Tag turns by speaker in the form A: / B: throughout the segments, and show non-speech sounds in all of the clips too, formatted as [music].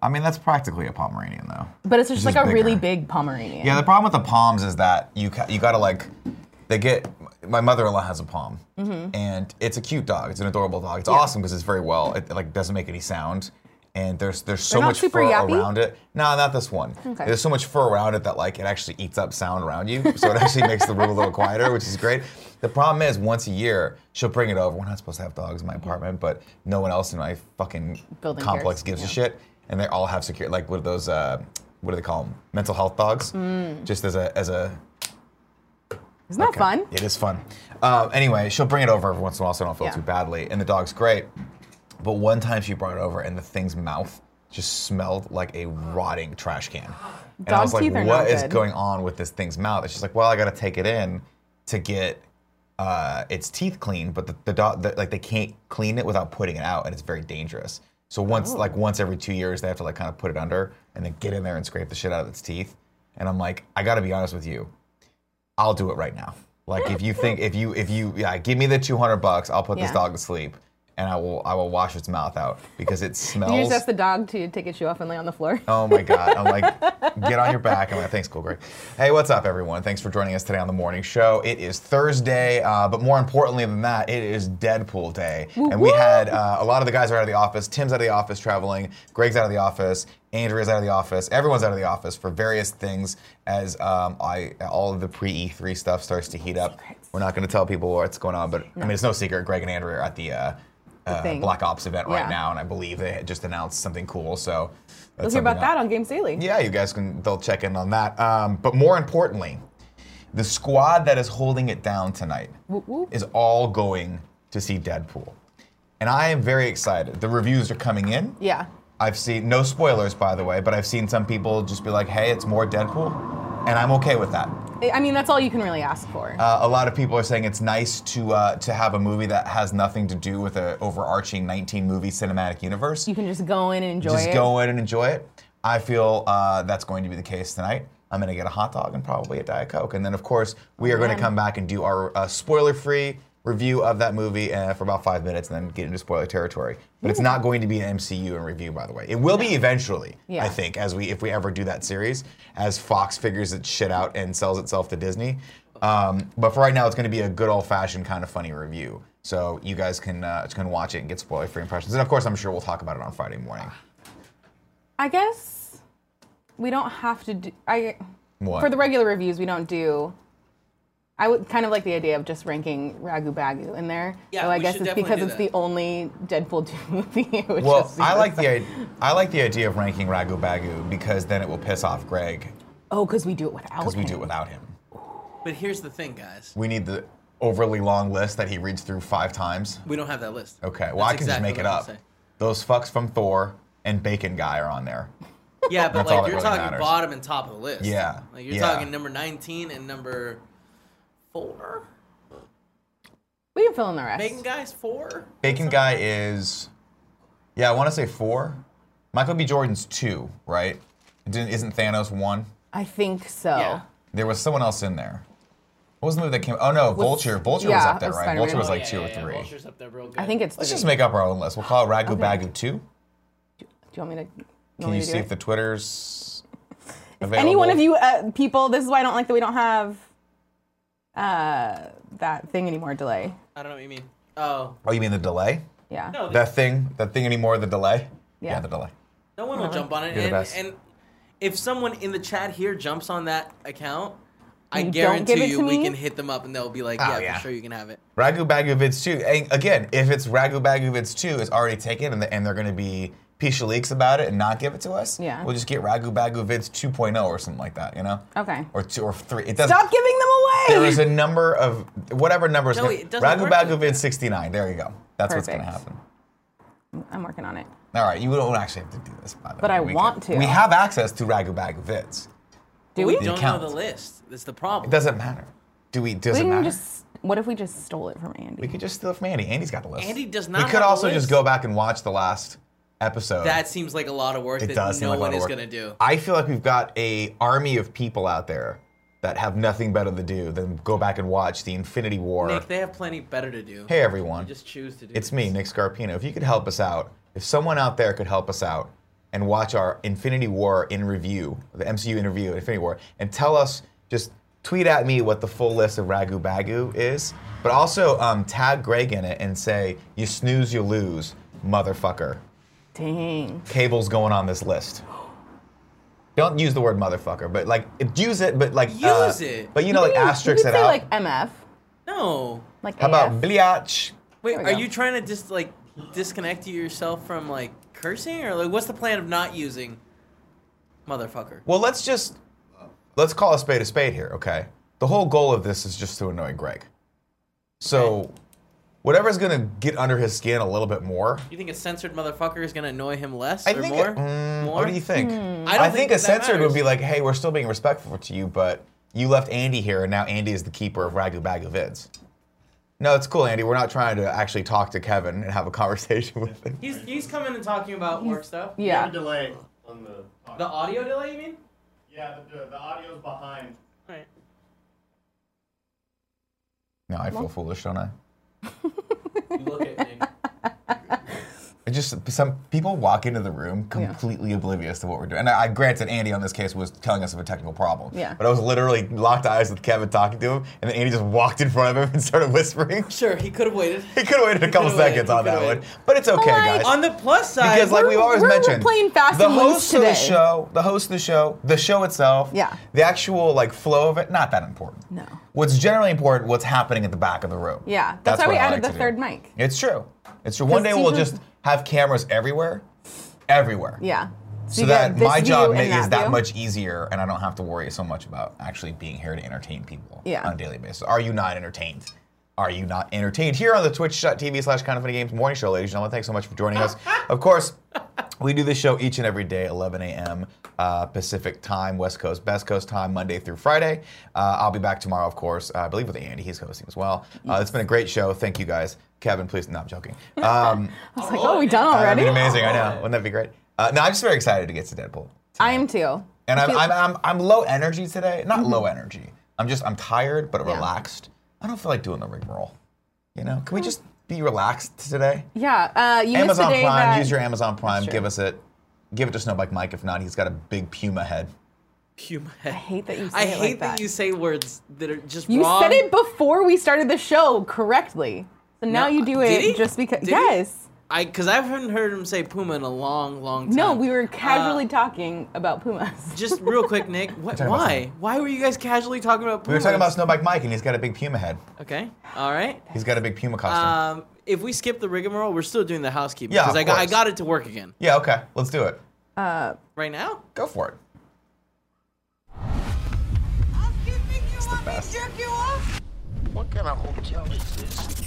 A: I mean, that's practically a Pomeranian, though.
B: But it's just, like
A: just
B: a really
A: bigger.
B: big Pomeranian.
A: Yeah, the problem with the palms is that you ca- you gotta like they get. My mother-in-law has a palm,
B: Mm-hmm.
A: and it's a cute dog. It's an adorable dog. It's awesome because it's very well. It like doesn't make any sound, and there's there's so
B: They're not
A: much
B: super
A: fur
B: yappy?
A: around it. No, not this one.
B: Okay.
A: There's so much fur around it that like it actually eats up sound around you, so it actually makes the room a little quieter, which is great. The problem is once a year she'll bring it over. We're not supposed to have dogs in my apartment, but no one else in my fucking
B: Building
A: complex
B: cares.
A: gives a shit, and they all have secure like what are those? Uh, what do they call them? Mental health dogs.
B: Mm.
A: Just as a as a
B: Isn't that fun?
A: it is fun. Um, anyway, she'll bring it over every once in a while, so I don't feel
B: Yeah.
A: too badly. And the dog's great. But one time she brought it over, and the thing's mouth just smelled like a rotting trash can. And I
B: Dog
A: was like,
B: teeth are
A: "What is
B: no good."
A: going on with this thing's mouth? And she's like, well, I got to take it in to get uh, its teeth clean, but the, the dog, the, like, they can't clean it without putting it out, and it's very dangerous. So once, like,
B: Oh.
A: once every two years, they have to like kind of put it under and then get in there and scrape the shit out of its teeth. And I'm like, I got to be honest with you, I'll do it right now. Like if you think if you if you yeah, give me the two hundred bucks, I'll put this
B: Yeah.
A: dog to sleep, and I will I will wash its mouth out because it
B: You
A: smells.
B: just ask the dog to take its shoe off and lay on the floor.
A: Oh my God. I'm like, get on your back. I'm like, thanks, cool, Greg. Hey, what's up, everyone? Thanks for joining us today on the morning show. It is Thursday, uh, but more importantly than that, it is Deadpool Day. And we had uh, a lot of the guys are out of the office. Tim's out of the office traveling. Greg's out of the office. Andrea's out of the office. Everyone's out of the office for various things as um, I all of the pre E3 stuff starts to heat up.
B: Secrets.
A: We're not going to tell people what's going on, but I mean, it's no secret. Greg and Andrea are at the. Uh, uh,
B: thing.
A: Black Ops event right
B: Yeah.
A: now, and I believe they had just announced something cool. So uh, that's
B: Let's hear
A: something
B: about that on Games Daily.
A: yeah, you guys can they'll check in on that. Um, but more importantly, the squad that is holding it down tonight
B: Whoop, whoop.
A: is all going to see Deadpool. And I am very excited. The reviews are coming in.
B: Yeah.
A: I've seen no spoilers by the way, but I've seen some people just be like, "Hey, it's more Deadpool." And I'm okay with that.
B: I- I mean, that's all you can really ask for.
A: Uh, a lot of people are saying it's nice to uh, to have a movie that has nothing to do with an overarching 19 movie cinematic universe.
B: you can just go in and enjoy
A: just
B: it.
A: go in and enjoy it. I feel uh, that's going to be the case tonight. I'm going to get a hot dog and probably a Diet Coke. And then, of course, we are going to
B: Man.
A: come back and do our uh, spoiler free review of that movie uh, for about five minutes and then get into spoiler territory. But it's not going to be an MCU in review, by the way. It will be eventually,
B: Yeah.
A: I think, as we if we ever do that series, as Fox figures its shit out and sells itself to Disney. Um, but for right now, it's going to be a good old fashioned kind of funny review. So you guys can uh, can watch it and get spoiler free impressions. And of course, I'm sure we'll talk about it on Friday morning.
B: I guess we don't have to do. I
A: What?
B: for the regular reviews we don't do. I would kind of like the idea of just ranking Ragu Bagu in there.
C: Yeah,
B: Though I
C: we
B: guess
C: should
B: it's
C: definitely
B: because
C: do
B: it's
C: that.
B: the only Deadpool [laughs] 2 movie. which
A: Well,
B: is-
A: I like the I, I like the idea of ranking Ragu Bagu because then it will piss off Greg
B: oh, because we do it without.
A: because we do
B: him.
A: it without him.
C: But here's the thing, guys.
A: We need the overly long list that he reads through five times.
C: We don't have that list.
A: Okay, well I can
C: That's exactly
A: just make it
C: what I'm
A: up.
C: saying.
A: Those fucks from Thor and Bacon Guy are on there.
C: Yeah, but
A: That's all
C: like
A: that
C: you're
A: really
C: talking
A: matters.
C: bottom and top of the list.
A: Yeah,
C: Like you're
A: yeah.
C: talking number 19 and number four.
B: We can fill in the rest.
C: Bacon guys four.
A: Bacon Guy is, yeah, I want to say four. Michael B. Jordan's two, right? Didn't, isn't Thanos one?
B: I think so.
C: Yeah.
A: There was someone else in there. What was the movie that came? Oh no, Vulture. Vulture was
B: yeah,
A: up
B: it
A: there,
B: was
A: right?
B: Spider-Man.
A: Vulture was
B: Oh,
A: like
C: yeah,
A: two
C: yeah,
A: or
C: yeah,
A: three.
C: Vulture's up there real good.
B: I think it's.
A: Let's
B: three.
A: just make up our own list. We'll call it Ragu
B: Okay.
A: Bagu two.
B: Do you want me to? you want
A: Can
B: me
A: you
B: to do
A: see
B: it?
A: if the Twitter's
B: Any
A: available?
B: one of you uh, people, this is why I don't like that we don't have uh, that thing anymore. Delay.
C: I don't know what you mean. Oh,
A: Oh, you mean the delay?
B: Yeah.
C: No,
A: That thing? That thing anymore? The delay?
B: Yeah.
A: the delay.
C: no one will jump on it.
A: You're the
C: And,
A: best.
C: and if someone in the chat here jumps on that account, I
B: You don't give
C: guarantee
B: it to
C: you we
B: me?
C: can hit them up and they'll be like,
A: Oh,
C: yeah,
A: yeah.
C: for sure you can have it.
A: Ragu Baguvids two. And again, if it's Ragu Baguvids two, it's already taken, and, and they're going to be piece of leaks about it and not give it to us.
B: Yeah.
A: We'll just get Ragu Baguvids 2.0 or something like that. You know?
B: Okay.
A: Or two or three. It doesn't.
B: Stop giving them
A: [laughs] There
B: away.
A: is a number of whatever numbers.
C: No, it doesn't
A: Ragu
C: work like
A: Baguvids 69. There you go. That's what's going to
B: Perfect.
A: happen.
B: I'm working on it.
A: All right, you don't actually have to do this, by the way.
B: But I
A: We
B: want
A: can-
B: to.
A: We have access to Ragu Bagu Vids.
B: Do
C: We
B: we?
C: don't
A: account.
C: know the list. That's the problem.
A: It doesn't matter. Do we? Does
B: We
A: it
B: can
A: matter?
B: just. What if we just stole it from Andy?
A: we could just steal it from Andy. Andy's got the list.
C: Andy does not
A: We
C: have
A: could
C: the
A: also just
C: list.
A: go back and watch the last episode.
C: that seems like a lot of work
A: it
C: that
A: does. seem
C: no
A: like a lot
C: one
A: of
C: is
A: work.
C: going to do.
A: I feel like we've got a army of people out there that have nothing better to do than go back and watch the Infinity War.
C: Nick, they have plenty better to do.
A: hey everyone,
C: Just choose to do
A: it's
C: this.
A: me, Nick Scarpino. If you could help us out, if someone out there could help us out and watch our Infinity War in review, the MCU in review, Infinity War, and tell us just tweet at me what the full list of Ragu Bagu is, but also um, tag Greg in it and say you snooze you lose, motherfucker.
B: Dang.
A: Cable's going on this list. Don't use the word motherfucker, but like use it, but like uh,
C: Use it.
A: But you know, like
B: You- you
A: asterisk
B: could
A: it
B: say
A: out.
B: like MF.
C: No.
B: Like
A: How
B: AF.
A: about biatch?
C: Wait,
B: There we
C: are
B: go.
C: you trying to just like disconnect yourself from like cursing or like what's the plan of not using motherfucker?
A: Well, let's just let's call a spade a spade here, okay? The whole goal of this is just to annoy Greg. So, whatever's gonna get under his skin a little bit more.
C: You think a censored motherfucker is gonna annoy him less
A: I
C: or
A: think.
C: more?
A: it- mm,
C: more?
A: What do you think?
C: I don't
A: think,
C: think
A: a
C: that that
A: censored would be like,
C: matters.
A: "Hey, we're still being respectful to you, but you left Andy here, and now Andy is the keeper of Ragu Bagu Vids." No, it's cool, Andy. We're not trying to actually talk to Kevin and have a [laughs] conversation with him.
C: He's he's coming and talking about work stuff.
D: Yeah.
B: Yeah.
D: a delay on the.
C: The audio delay, you mean?
D: yeah, the, the, the audio's behind.
C: Right.
A: No, I feel foolish, don't I?
C: You look at me.
A: It just some people walk into the room completely oblivious to what we're doing. And I, I granted Andy on this case was telling us of a technical problem.
B: Yeah.
A: But I was literally locked eyes with Kevin talking to him, and then Andy just walked in front of him and started whispering. [laughs]
C: [laughs] Sure, he could have waited.
A: He could have waited a couple
C: could've waited,
A: seconds
C: he
A: on that
C: could've
A: one,
C: waited.
A: but it's okay,
B: But, like,
A: guys.
C: On the plus side,
A: because like
B: we're-
A: we've always
B: we're
A: mentioned,
B: playing fast
A: the
B: and loose
A: host of the
B: today.
A: show, the host of the show, the show itself,
B: Yeah.
A: the actual like flow of it, not that important.
B: No.
A: What's generally important, what's happening at the back of the room.
B: Yeah, that's why
A: what
B: we
A: I
B: added
A: like
B: the
A: to do.
B: third mic.
A: It's true. It's true. One day
B: see
A: we'll
B: who-
A: just have cameras everywhere, everywhere.
B: Yeah.
A: So
B: you
A: that
B: get this
A: my
B: view
A: job
B: and
A: ma- is that
B: view.
A: much easier, and I don't have to worry so much about actually being here to entertain people
B: Yeah.
A: on a daily basis. Are you not entertained? Are you not entertained? Here on the twitch.tv slash kind of funny games morning show, ladies and gentlemen, thanks so much for
B: [laughs]
A: joining us. Of course, we do this show each and every day, 11 a.m. Uh, Pacific time, West Coast, Best Coast time, Monday through Friday. Uh, I'll be back tomorrow, of course, uh, I believe with Andy. He's hosting as well. Uh, it's been a great show. Thank you guys. Kevin, please, no,
B: [laughs]
A: I'm joking. Um,
B: I was like, oh, we done already?
A: That'd be amazing.
B: [laughs]
A: I know. Wouldn't that be great? Uh, no, I'm just very excited to get to Deadpool.
B: I am too.
A: And I'm,
B: feel- Mm-hmm.
A: I'm, I'm, I'm low energy today. Not low energy. I'm just, I'm tired, but relaxed. I don't feel like doing the rigmarole. You know, can we just be relaxed today?
B: Yeah. Uh, you missed the
A: Amazon
B: day
A: Prime,
B: that
A: use your Amazon Prime,
B: true.
A: give us it. Give it to Snowbike Mike. If not, he's got a big puma head.
C: Puma.
B: I hate that you. Say
C: I
B: it
C: hate
B: like
C: that.
B: that
C: you say words that are just
B: You
C: wrong.
B: said it before we started the show correctly. So now
C: No,
B: you do
C: did
B: it
C: he?
B: just because.
C: Did he?
B: yes.
C: I because I haven't heard him say Puma in a long, long time.
B: No, we were casually
C: Uh,
B: talking about pumas.
C: just real
A: [laughs]
C: quick, Nick. What,
A: talking about
C: why? Why were you guys casually talking about Puma?
A: We were talking about Snowbike Mike, and he's got a big puma head.
C: Okay. All right.
A: He's got a big
B: Uh,
A: puma costume.
C: Um, if we skip the rigmarole, we're still doing the housekeeping
A: Yeah,
C: because
A: of
C: I got I
A: course.
C: got it to work again
A: yeah, okay. Let's do it.
C: right now.
A: Go for it.
E: It's the
A: best.
F: What kind of hotel is this?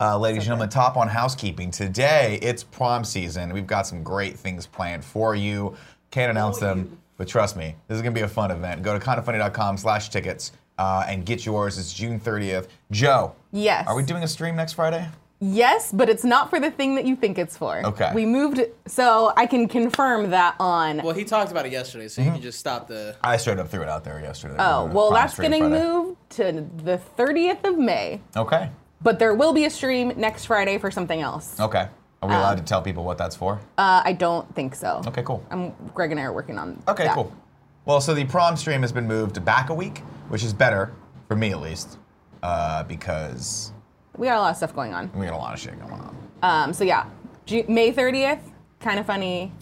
A: Uh, ladies and gentlemen, top on housekeeping. Today, it's prom season. We've got some great things planned for you. Can't announce them, but trust me, this is going to be a fun event. Go to kindoffunny.com slash tickets uh, and get yours. It's June 30th. Joe,
B: Yes.
A: are we doing a stream next Friday?
B: Yes, but it's not for the thing that you think it's for.
A: Okay.
B: We moved, so I can confirm that on.
C: Well, he talked about it yesterday, so you
A: Mm-hmm.
C: can just stop the.
A: I straight up threw it out there yesterday.
B: oh,
A: We're doing a
B: well,
A: prom
B: that's
A: stream
B: getting
A: Friday.
B: moved to the 30th of May,
A: Okay.
B: but there will be a stream next Friday for something else.
A: Okay. Are we
B: Um,
A: allowed to tell people what that's for?
B: Uh, I don't think so.
A: okay, cool.
B: I'm, Greg and I are working on
A: Okay,
B: that.
A: cool. Well, so the prom stream has been moved back a week, which is better for me at least, uh, because
B: We got a lot of stuff going on.
A: we got a lot of shit going on.
B: Um, so yeah, Ju- May 30th, kind of funny,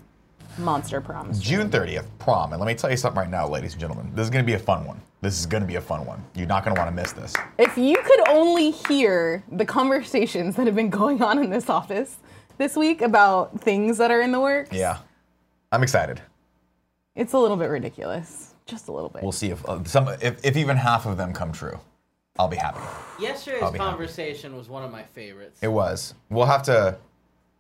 B: monster proms.
A: June 30th, prom. And let me tell you something right now, ladies and gentlemen. This is going to be a fun one. This is going to be a fun one. You're not going to want to miss this.
B: If you could only hear the conversations that have been going on in this office this week about things that are in the works,
A: Yeah. I'm excited.
B: it's a little bit ridiculous, just a little bit.
A: We'll see if uh, some if, if even half of them come true. I'll be happy. I'll
C: Yesterday's
A: be happy.
C: conversation was one of my favorites.
A: It was. We'll have to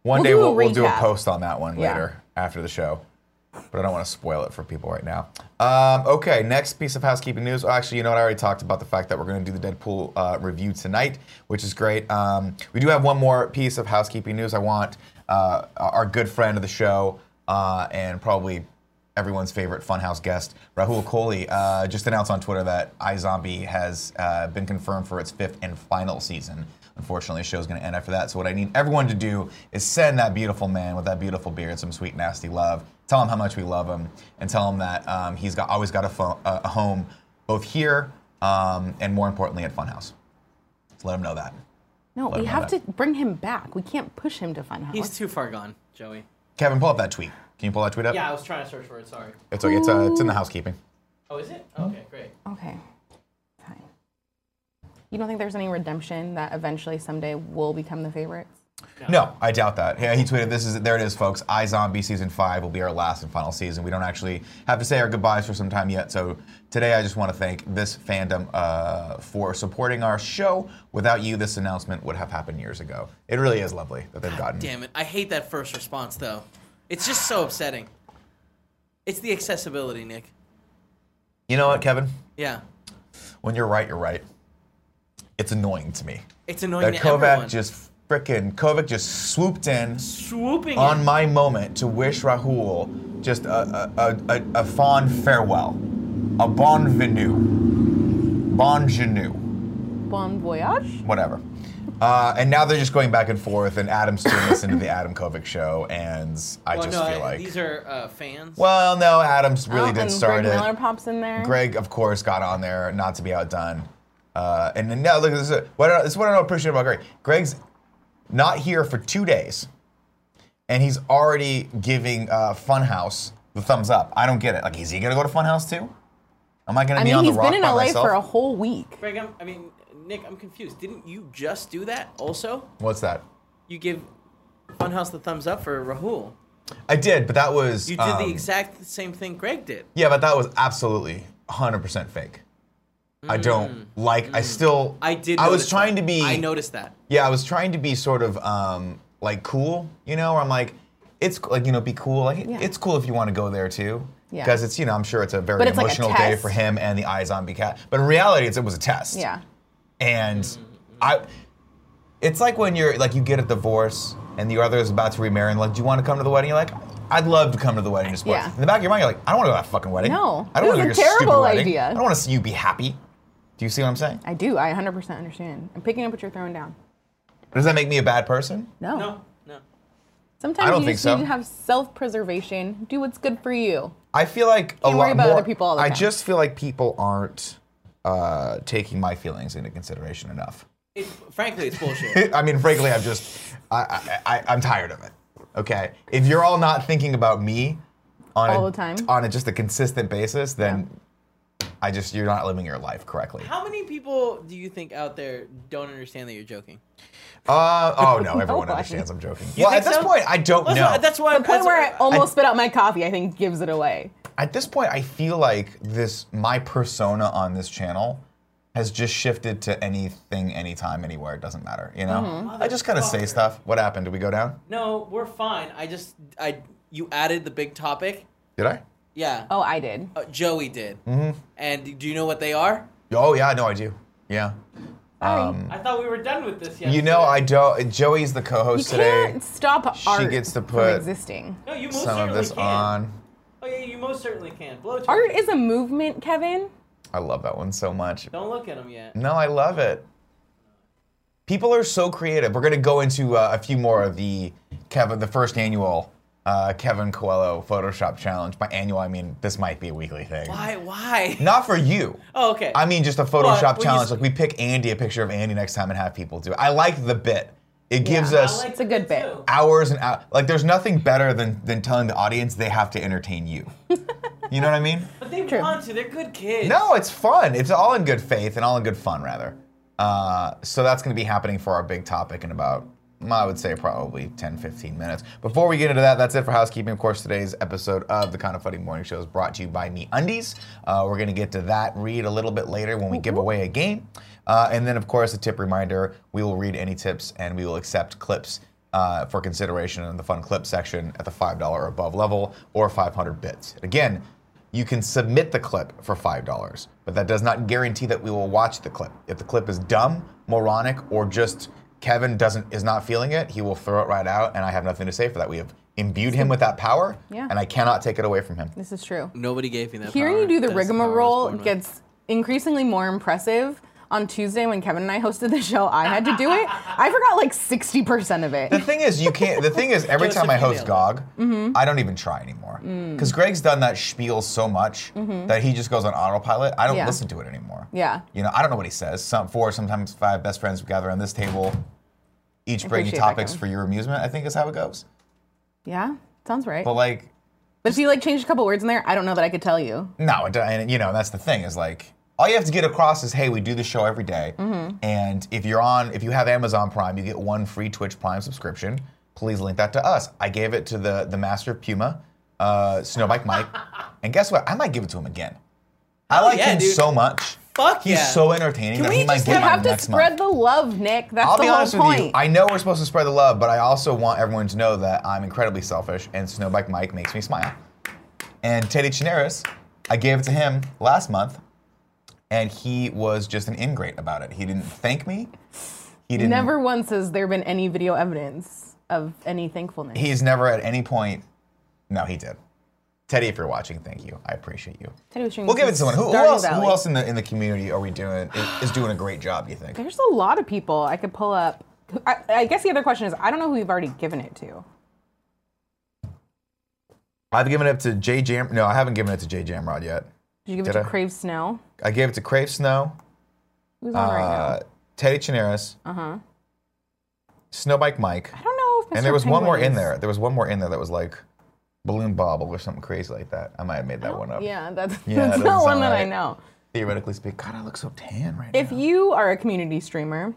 A: one day
B: do a
A: we'll, we'll do a
B: recap.
A: post on that one
B: Yeah.
A: later after the show. But I don't want to spoil it for people right now. Um, okay, next piece of housekeeping news. Oh, actually, you know what? I already talked about the fact that we're going to do the Deadpool uh, review tonight, which is great. Um, we do have one more piece of housekeeping news. I want uh, our good friend of the show uh, and probably everyone's favorite Funhouse guest, Rahul Kohli, uh, just announced on Twitter that iZombie has uh, been confirmed for its fifth and final season. Unfortunately, the show's going to end after that. So, what I need everyone to do is send that beautiful man with that beautiful beard some sweet, nasty love. Tell him how much we love him, and tell him that um, he's got always got a, fo- a a home both here um, and, more importantly, at Funhouse. So let him know that.
B: No,
A: Let
B: we
A: him
B: have
A: know
B: to
A: that.
B: bring him back. We can't push him to Funhouse.
C: He's too far gone, Joey.
A: Kevin, pull up that tweet. Can you pull that tweet up?
C: Yeah, I was trying to search for it. Sorry.
A: It's okay. It's, uh, it's in the housekeeping.
C: Oh, is it?
A: Mm-hmm.
C: Okay, great.
B: okay. Fine. You don't think there's any redemption that eventually someday will become the favorites?
A: No, I doubt that. Yeah, he tweeted, "This is there. It is, folks. iZombie season five will be our last and final season. We don't actually have to say our goodbyes for some time yet. So today, I just want to thank this fandom uh, for supporting our show. Without you, this announcement would have happened years ago. It really is lovely that they've gotten.
C: Damn it! I hate that first response though. It's just so upsetting. It's the accessibility, Nick.
A: You know what, Kevin?
C: Yeah,
A: When you're right, you're right. It's annoying to me
C: it's annoying
A: that
C: to
A: Kovac
C: everyone.
A: just frickin' Kovac just swooped in.
C: swooping in.
A: on my moment to wish Rahul just a, a, a, a, a fond farewell, a bonvenu, bonjanu,
B: Bon voyage?
A: whatever. Uh, and now they're just going back and forth, and Adam's doing this into the Adam Kovic show, and I
C: Well,
A: just
C: no,
A: feel
C: I-
A: like.
C: these are uh, fans.
A: well, no, Adam's really
B: Oh,
A: did
B: and
A: start
B: Greg
A: it.
B: Miller pops in there.
A: Greg, of course, got on there not to be outdone. Uh, and then now look at this. is- What I, this is what I don't appreciate about Greg. Greg's not here for two days, and he's already giving uh, Funhouse the thumbs up. I don't get it. Like, is he gonna go to Funhouse too? Am I gonna
B: I
A: be
B: mean,
A: on
B: he's
A: the rock
B: been in
A: by
B: LA
A: myself?
B: for a whole week.
C: Greg, I'm, I mean, Nick, I'm confused. Didn't you just do that? Also,
A: What's that?
C: you give Funhouse the thumbs up for Rahul.
A: I did, but that was
C: You did
A: um,
C: the exact same thing Greg did.
A: yeah, but that was absolutely 100% fake. I don't like. I still.
C: Mm. I did.
A: I was
C: notice
A: trying
C: that.
A: to be.
C: I noticed that.
A: Yeah, I was trying to be sort of um, like cool, you know, where I'm like, it's c- like you know, be cool. Like it-
B: Yeah.
A: it's cool if you want to go there too,
B: Yeah.
A: because it's you know, I'm sure it's a very
B: But it's like a
A: emotional day
B: test.
A: for him and the eye zombie cat. But in reality, it's, it was a test.
B: Yeah.
A: and I, it's like when you're like you get a divorce and the other is about to remarry, and like, do you want to come to the wedding? You're like. I'd love to come to the wedding just once.
B: Yeah.
A: In the back of your mind, you're like, I don't want to go to that fucking wedding.
B: No,
A: I don't
B: this
A: want to go
B: is
A: to
B: a
A: your stupid
B: terrible
A: wedding.
B: idea.
A: I don't want to see you be happy. Do you see what I'm saying?
B: I do. I 100% understand. I'm picking up what you're throwing down.
A: Does that make me a bad person?
B: No.
C: No, no.
B: Sometimes
A: I don't
B: you
A: think
B: just
A: so.
B: need to have self preservation, do what's good for you.
A: I feel like a
B: Can't
A: lot
B: worry about
A: more.
B: other people all the
A: I
B: time.
A: just feel like people aren't uh, taking my feelings into consideration enough.
C: It, frankly,
A: [laughs]
C: it's bullshit.
A: I mean, frankly, I'm just, I, I, I, I'm tired of it. Okay, if you're all not thinking about me on
B: All
A: a,
B: the time?
A: on a, just a consistent basis, then I just you're not living your life
B: [laughs]
A: correctly.
C: How many people do you think out there don't understand that you're joking?
A: Uh, oh no, everyone
B: one.
A: understands I'm joking. well, at
C: think
A: this
C: so?
A: point, I don't
C: That's
A: know.
C: why- that's why.
B: The point
C: that's
B: where I
C: why-
B: almost spit out my coffee, I think, gives it away.
A: at this point, I feel like this my persona on this channel has just shifted to anything, anytime, anywhere. It doesn't matter, you know. I just kind of say
C: Motherfucker.
A: stuff. What happened? Did we go down?
C: no, we're fine. I just, I, you added the big topic.
A: Did I?
C: Yeah.
B: Oh, I did.
C: Uh, Joey did. Mm-hmm. And do you know what they are?
A: Oh yeah, no, I do. Yeah.
B: Sorry.
A: Um,
C: I thought we were done with this.
A: You know, I don't. Joey's the
B: you
A: co-host today.
B: can't stop art
A: gets to
B: from
A: put
B: existing.
C: No, you most
A: Some
C: certainly
A: of this
C: can.
A: on.
C: Oh yeah, you most certainly can. Blowtorch.
B: Art is a movement, Kevin.
A: I love that one so much.
C: Don't look at him yet.
A: No, I love it. People are so creative. We're gonna go into uh, a few more of the Kevin, the first annual uh, Kevin Coelho Photoshop Challenge. By annual, I mean this might be a weekly thing.
C: Why? Why?
A: Not for you.
C: Oh, okay.
A: I mean, just a Photoshop
C: when you
A: challenge.
C: s-
A: Like we pick Andy a picture of Andy next time and have people do it. I like the bit. It gives
B: Yeah, I
A: us
B: It's a good bit.
C: too.
A: hours and hours. Like there's nothing better than than telling the audience they have to entertain you. you know what I mean?
C: But they want to. They're good kids.
A: No, it's fun. It's all in good faith and all in good fun, rather. Uh, so that's going to be happening for our big topic in about, mm, I would say, probably 10, 15 minutes. Before we get into that, that's it for housekeeping. Of course, today's episode of the Kind of Funny Morning Show is brought to you by Me Undies. Uh, we're going to get to that read a little bit later when we give away a game. Uh, and then, of course, a tip reminder we will read any tips and we will accept clips. Uh, for consideration in the fun clip section at the $5 or above level or 500 bits. Again, you can submit the clip for $5, but that does not guarantee that we will watch the clip. If the clip is dumb, moronic, or just Kevin doesn't is not feeling it, he will throw it right out and I have nothing to say for that. We have imbued him with that power,
B: Yeah.
A: and I cannot take it away from
B: [laughs]
A: him.
B: This is true.
C: Nobody gave me that.
B: Hearing
C: power.
B: you do the
C: That's power I was
B: rigmarole
C: born with.
B: gets increasingly more impressive. On Tuesday, when Kevin and I hosted the show, I had to do it. I forgot like 60% of
A: [laughs] The
B: it.
A: thing is, you can't. The thing is, every
C: Joseph,
A: time I
C: you
A: host
C: nailed
A: GOG,
B: Mm-hmm.
A: I don't even try anymore.
B: Mm.
A: Because Greg's done that spiel so much that he just goes on autopilot. I don't
B: Mm-hmm. Yeah.
A: listen to it anymore.
B: Yeah.
A: You know, I don't know what he says. Some four, sometimes five best friends gather on this table, each bringing
B: Appreciate that,
A: topics
B: Kevin.
A: for your amusement. I think is how it goes.
B: Yeah, sounds right.
A: But like,
B: But if you like changed a couple words in there, I don't know that I could tell you.
A: No, it do- and you know that's the thing is like all you have to get across is hey, we do the show every day,
C: Mm-hmm.
A: and if you're on, if you have Amazon Prime, you get one free Twitch Prime subscription. Please link that to us. I gave it to the the master of Puma, uh, Snowbike
C: [laughs]
A: Mike, and guess what? I might give it to him again. I like
C: Oh, yeah,
A: him
C: dude.
A: so much.
C: Fuck
A: He's
C: yeah.
A: so entertaining
C: Can
A: that
C: we
A: he might
C: just
A: get
B: You
A: mine
B: have to
A: next
B: spread
A: month.
B: the love, Nick. That's
A: I'll
B: the
A: be
B: whole
A: honest
B: point.
A: with you. I know we're supposed to spread the love, but I also want everyone to know that I'm incredibly selfish, and Snowbike Mike makes me smile. And Teddy Chinaris, I gave it to him last month, and he was just an ingrate about it. He didn't thank me. He didn't.
B: Never once has there been any video evidence of any thankfulness.
A: He's never at any point. No, he did. Teddy, if you're watching, thank you. I appreciate you.
B: Teddy was showing
A: We'll
B: us
A: give it to
B: his
A: someone. Who, who
B: Stardew
A: else? Who
B: Valley.
A: else in the in the community are we doing? is- Is doing a great job? You think?
B: There's a lot of people I could pull up. I, I guess the other question is I don't know who we've already given it to.
A: I've given it up to Jay Jam. No, I haven't given it to Jay Jamrod yet.
B: Did you give it
A: Did
B: to
A: I?
B: Crave Snow?
A: I gave it to Crave Snow.
B: Who's on right
A: uh,
B: now?
A: Teddy Chinaris,
B: Uh-huh.
A: Snowbike Mike,
B: I don't know if Mr.
A: and there was one more
B: Penguin
A: in
B: is-
A: there. There was one more in there that was like Balloon Bobble or something crazy like that. I might have made that one up.
B: Oh, Yeah, that's,
A: Yeah, that
B: that's
A: doesn't
B: not one
A: sound
B: that I
A: right.
B: know.
A: Theoretically speaking, God, I look so tan right
B: If
A: now.
B: you are a community streamer,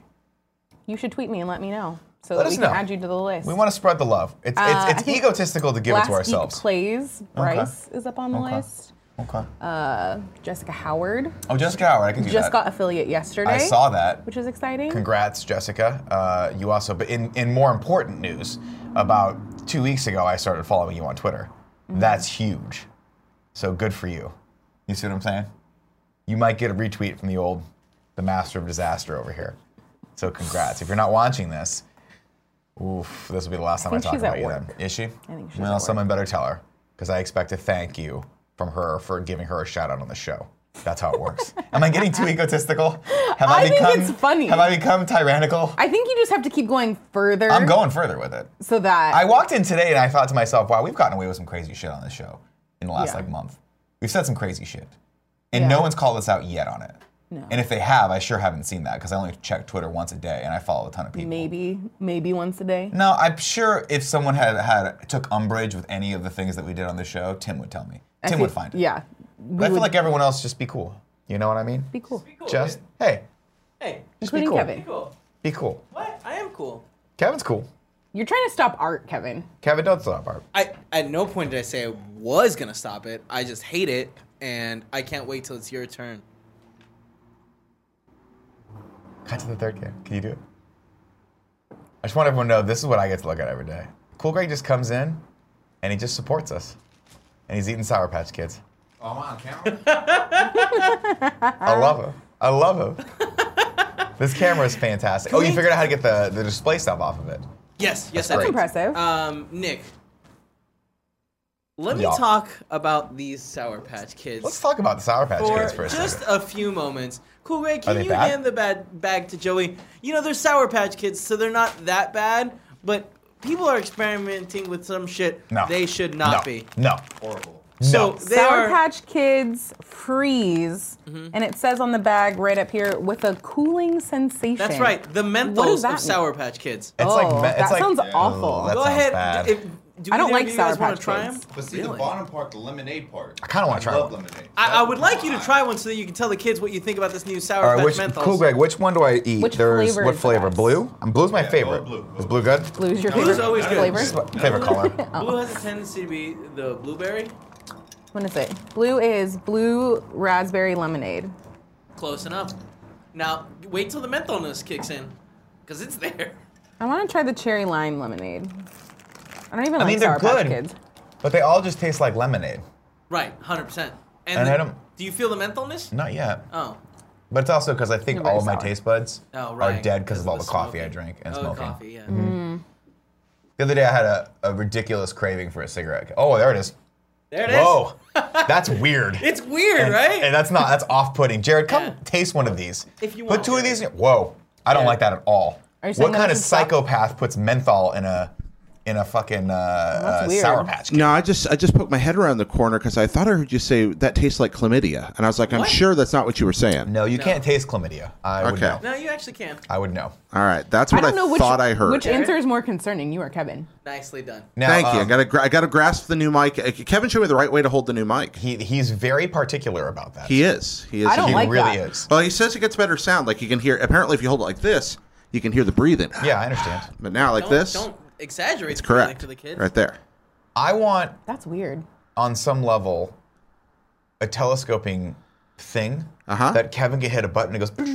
B: you should tweet me and let me know so
A: Let
B: that we
A: us
B: can
A: know.
B: add you to the list.
A: we want to spread the love. It's
B: Uh,
A: it's,
B: I
A: it's
B: think
A: egotistical to give it
B: Last
A: to
B: Geek
A: ourselves.
B: Plays Bryce is up on the
A: Okay.
B: list.
A: Okay.
B: Jessica Howard
A: oh, Jessica Howard, I can do
B: just
A: that.
B: got affiliate yesterday,
A: I saw that.
B: which is exciting.
A: Congrats, Jessica. Uh, you also, but in, in more important news, about two weeks ago, I started following you on Twitter.
B: Mm-hmm.
A: That's huge. So good for you. You see what I'm saying? You might get a retweet from the old, the master of disaster over here. So congrats. If you're not watching this, oof, this will be the last time I,
B: think
A: talk
B: she's
A: about
B: at
A: you.
B: work.
A: Then. Is she? I
B: think she's
A: Well,
B: at work.
A: someone better tell her because I expect a thank you from her for giving her a shout out on the show. That's how
B: [laughs]
A: it works. Am I getting too egotistical? Have
B: I think it's funny.
A: Have I become tyrannical?
B: I think you just have to keep going further
A: I'm going further with it.
B: so that
A: I walked in today and I thought to myself, wow, we've gotten away with some crazy shit on this show in the last
B: Yeah.
A: like month. We've said some crazy shit. And
B: Yeah.
A: no one's called us out yet on it. No. And if they have, I sure haven't seen that because I only check Twitter once a day and I follow a ton of people.
B: maybe maybe once a day.
A: No, I'm sure if someone had had took umbrage with any of the things that we did on the show, Tim would tell me.
B: I
A: Tim
B: feel-
A: would find it.
B: Yeah, we
A: But I feel
B: would
A: like everyone else just be cool. You know what I mean?
B: be cool,
C: Cool,
A: Just
C: dude.
A: hey,
C: hey,
A: just
B: including
A: be cool.
B: Kevin.
C: cool.
A: Be cool.
C: What? I am cool.
A: Kevin's cool.
B: You're trying to stop art, Kevin.
A: Kevin don't stop art.
C: I at no point did I say I was gonna stop it. I just hate it, and I can't wait till it's your turn.
A: Cut to the third game. Can you do it? I just want everyone to know this is what I get to look at every day. Cool Greg just comes in and he just supports us. And he's eating Sour Patch Kids.
G: Oh, I'm on camera?
A: [laughs] I love him. I love him. this camera is fantastic. Oh, you
C: we-
A: figured out how to get the, the display stuff off of it.
C: Yes, yes,
A: That's
C: I
A: great.
C: did.
B: Impressive.
C: Um, Nick, let me
A: Yeah.
C: talk about these Sour Patch Kids.
A: Let's talk about the Sour Patch Kids for a
C: just
A: second.
C: a few moments. Cool, Ray,
A: they
C: can you
A: bad?
C: hand the bad bag to Joey? You know, they're Sour Patch Kids, so they're not that bad, but people are experimenting with some shit
A: No.
C: they should not
A: no.
C: be.
A: No.
G: Horrible.
C: So
A: No.
C: they
B: Sour
C: are Mm-hmm.
B: Patch Kids freeze, and it says on the bag right up here with a cooling sensation.
C: That's right, the
B: What does
C: menthols
B: that
C: of Sour Patch Kids.
A: It's
B: oh,
A: like me- it's
B: that
A: like-
B: sounds
A: Yeah.
B: awful.
A: That
C: Go
A: sounds
C: ahead.
A: bad.
C: if- do
B: I don't
C: either
B: like
C: of you
B: Sour
C: guys wanna
B: Patch
C: try
B: Kids.
C: them?
G: But see, the
C: Really?
G: bottom part, the lemonade part. I
A: kinda wanna try
G: love
A: one.
G: lemonade.
C: I, I would
G: That's
C: like you to
G: why.
C: try one so that you can tell the kids what you think about this new Sour
A: All right,
C: Patch
A: which
C: menthols.
A: Cool Greg, which one do I eat?
B: Which
A: There's
B: flavor
A: what
B: is
A: flavor?
B: best?
A: Blue? And blue's my
G: Yeah, blue,
A: favorite.
G: blue, blue.
A: Is blue good?
B: Blue's your
C: Blue's
B: favorite
C: always good.
B: flavor. Oh,
A: This is my
G: [laughs]
B: [laughs]
A: favorite color.
C: Blue has a tendency to be the blueberry.
B: What is it? Blue is blue raspberry lemonade.
C: Close enough. Now, wait till the mentholness kicks in, because it's there. [laughs]
B: I want to try the cherry lime lemonade. I don't even like
A: mean,
B: Sour
A: they're
B: Patch
A: good.
B: Kids.
A: But they all just taste like lemonade.
C: Right, 100%.
A: And
C: the-
A: I don't-
C: Do you feel the mentholness?
A: Not yet.
C: Oh.
A: But it's also because I think
B: You're very
A: all of my
B: sour.
A: taste buds
C: Oh, right. Oh,
A: are dead because of all the, coffee I
C: smoking.
A: drink and Mm-hmm.
C: oh,
A: smoking.
C: coffee, yeah.
A: The other day, I had a, a ridiculous craving for a cigarette. Oh, there it is.
C: There it is. [laughs]
A: Whoa, that's weird.
C: It's
B: [laughs]
C: weird, right?
A: And that's not that's off-putting. Jared, come
C: Yeah.
A: taste one of these.
C: If you
A: put
C: want.
A: two of these. in- Whoa, I don't
C: Yeah.
A: like that at all.
B: Are you saying
A: What
B: that
A: kind of
B: doesn't stop-
A: psychopath puts menthol in a in a fucking uh, uh,
B: weird.
A: sour patch? Kid?
H: No, I just I just poked my head around the corner because I thought I heard you say that tastes like chlamydia, and I was like, I'm
C: What?
H: sure that's not what you were saying.
A: No, you can't taste chlamydia. I would
H: Okay.
A: know.
C: no, you actually can.
A: I would know.
H: All right, that's what I,
B: don't know which,
H: thought I heard.
B: which answer is more concerning, you or Kevin.
C: Nicely done.
A: Now,
H: Thank you. I
A: um,
H: gotta gra- I gotta grasp the new mic. Uh, Kevin showed me the right way to hold the new mic.
A: He he's very particular about that.
H: He is. He is.
B: I don't
A: He
H: He-
B: like
A: really
B: that.
A: is.
H: Well, he says it gets better sound. Like you can hear. Apparently, if you hold it like this, you can hear the breathing.
A: Yeah, I understand.
H: But now, like
C: Don't,
H: this,
C: don't exaggerate.
H: it's
C: the feeling
H: correct.
C: To the kids.
H: Right there.
A: I want
B: That's weird.
A: on some level a telescoping thing
H: Uh-huh.
A: that Kevin can hit a button and it goes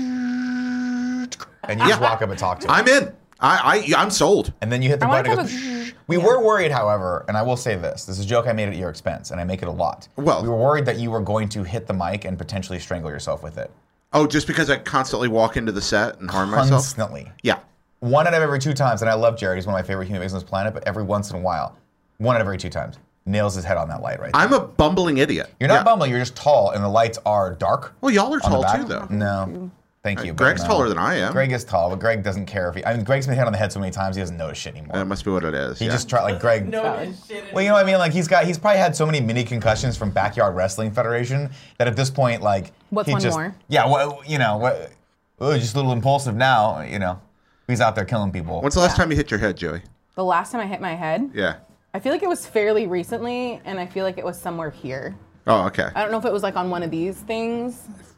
A: and you just walk up and talk to him.
H: I'm in. I I I'm sold.
A: and then you hit the
B: I wanna
A: button and it
B: talk
A: goes We were worried, however, and I will say this. This is a joke I made at your expense, and I make it a lot.
H: Well-
A: we were worried that you were going to hit the mic and potentially strangle yourself with it.
H: Oh, just because I constantly walk into the set and harm myself.
A: Constantly.
H: Yeah.
A: One out of every two times, and I love Jared, he's one of my favorite human beings on this planet, but every once in a while, one out of every two times, nails his head on that light right there.
H: I'm a bumbling idiot.
A: You're not
H: Yeah.
A: bumbling. You're just tall, and the lights are dark.
H: Well, y'all are
A: on the
H: tall
A: back.
H: too, though. Uh,
A: No, thank you. but
H: Greg's
A: no.
H: taller than I am.
A: Greg is tall, but Greg doesn't care if he. I mean, Greg's been hit on the head so many times he doesn't notice shit anymore.
H: That must be what Uh, it is.
A: he
H: Um, yeah.
A: just tried like Greg.
C: No shit.
A: Well, you know what I mean. Like he's got, he's probably had so many mini concussions from backyard wrestling federation that at this point, like,
B: What's
A: he
B: one
A: just,
B: more?
A: Yeah, well, you know, what, oh, just a little impulsive now. You know, he's out there killing people.
H: When's the last time you hit your head, Joey?
B: The last time I hit my head,
H: Yeah.
B: I feel like it was fairly recently, and I feel like it was somewhere here.
H: Oh, okay.
B: I don't know if it was like on one of these things.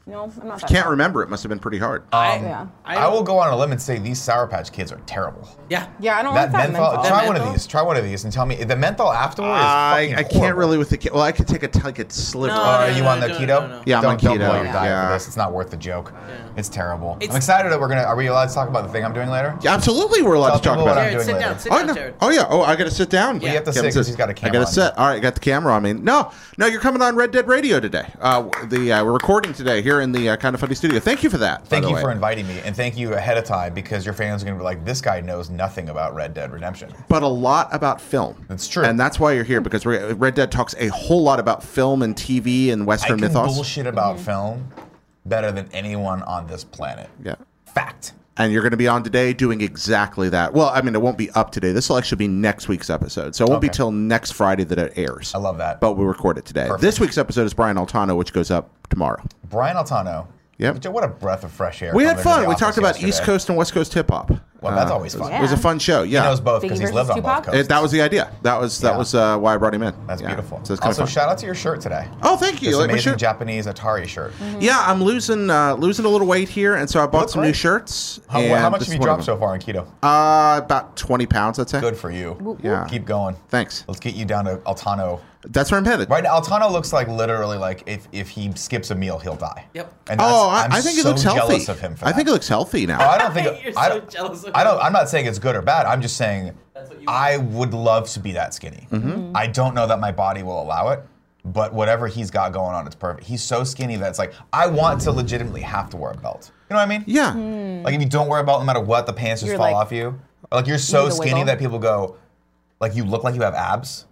B: No, I'm not that.
H: Can't remember. It must have been pretty hard.
A: Uh,
C: I,
B: Yeah.
C: I,
A: Um, I will go on a limb and say these Sour Patch Kids are terrible.
C: Yeah.
B: Yeah, I don't like
A: That
B: that
A: menthol,
B: Oh, menthol.
A: Try one
C: menthol?
A: of these. Try one of these and tell me the menthol afterward is
H: I,
A: fucking
H: I can't
A: horrible.
H: really with the kid. Well, I could take a, t- like a sliver.
C: No,
A: Are
C: no, no,
A: you on the
C: no,
A: keto?
C: no, no.
H: Yeah, I'm
A: don't,
H: on
A: Don't
H: keto.
A: blow your diet
H: Yeah.
A: for this. It's not worth the joke. It's terrible.
C: It's-
A: I'm excited that we're gonna. Are we allowed to talk about the thing I'm doing later?
H: Yeah, Absolutely, we're allowed
A: Tell
H: to talk
A: people
H: about
A: what
H: it.
A: I'm doing
C: Jared, sit
A: later.
C: down. Sit
H: Oh,
C: down,
H: no.
C: Jared.
H: oh yeah. Oh, I gotta sit down.
C: you have to
A: sit,
H: Kevin
A: 'cause
H: says-
A: he's got a
H: I
A: camera
H: gotta
A: on
H: sit. All right, got the camera on me. No, no, you're coming on Red Dead Radio today. Uh, the uh, we're recording today here in the uh, kind of funny studio. Thank you for that. by
A: Thank
H: the
A: you
H: way.
A: for inviting me, and thank you ahead of time because your fans are gonna be like, this guy knows nothing about Red Dead Redemption.
H: but a lot about film.
A: That's true.
H: and that's why you're here because we're, Red Dead talks a whole lot about film and TV and
A: I
H: Western
A: can
H: mythos.
A: bullshit about
B: Mm-hmm.
A: film better than anyone on this planet.
H: Yeah.
A: Fact.
H: And you're going to be on today doing exactly that. Well, I mean, it won't be up today. This will actually be next week's episode. So it won't be
A: Okay.
H: till next Friday that it airs.
A: I love that.
H: But we record it today.
A: Perfect.
H: This week's episode is Brian Altano, which goes up tomorrow.
A: Brian Altano.
H: Yep.
A: What a breath of fresh air.
H: We had
A: coming to the
H: fun. We
A: office
H: talked about
A: yesterday.
H: East Coast and West Coast hip hop. Uh,
A: Well, that's always
H: it was-
A: fun.
H: It was a
B: Yeah.
H: fun show. Yeah.
A: He knows both because
B: Biggie
A: he's lived
B: versus
A: on both
B: Tupac?
A: coasts.
H: It- that was the idea. That was that
A: Yeah.
H: was uh, why I brought him in.
A: That's
H: Yeah.
A: beautiful.
H: So it's kind
A: also,
H: of fun.
A: shout out to your shirt today.
H: Oh, thank you.
A: This
H: Like, my
A: amazing
H: shirt-
A: Japanese Atari shirt.
B: Mm-hmm.
H: Yeah, I'm losing uh, losing a little weight here, and so I bought
A: look
H: some new
A: great.
H: shirts.
A: How,
H: and
A: how much
H: this
A: have you
H: is one of
A: dropped
H: them.
A: so far on keto?
H: Uh, about 20 pounds, I'd say.
A: Good for you.
H: Yeah.
A: Keep going.
H: Thanks.
A: Let's get you down to Altano.
H: That's where I'm headed.
A: Right now, Altano looks like literally like if, if he skips a meal, he'll die.
C: Yep.
A: And that's,
H: Oh, I,
A: I'm
H: I think
A: so
H: it looks healthy.
A: jealous of him for
H: I
A: that.
H: think it looks healthy now.
A: Oh, I don't think
C: [laughs] You're
A: I
C: so
A: don't,
C: jealous of
A: I don't.
C: him.
A: I'm not saying it's good or bad. I'm just saying
C: That's what you want. Mm-hmm.
A: I would love to be that skinny.
H: Mm-hmm.
A: I don't know that my body will allow it, but whatever he's got going on, it's perfect. He's so skinny that it's like I want to legitimately have to wear a belt. You know what I mean?
H: yeah.
C: Hmm. Mm.
A: Like if you don't worry about it, no matter what, the pants just
B: You're
A: fall
B: like-
A: off you. Or, Like you're so
B: need to
A: skinny
B: wiggle.
A: that people go, like you look like you have abs,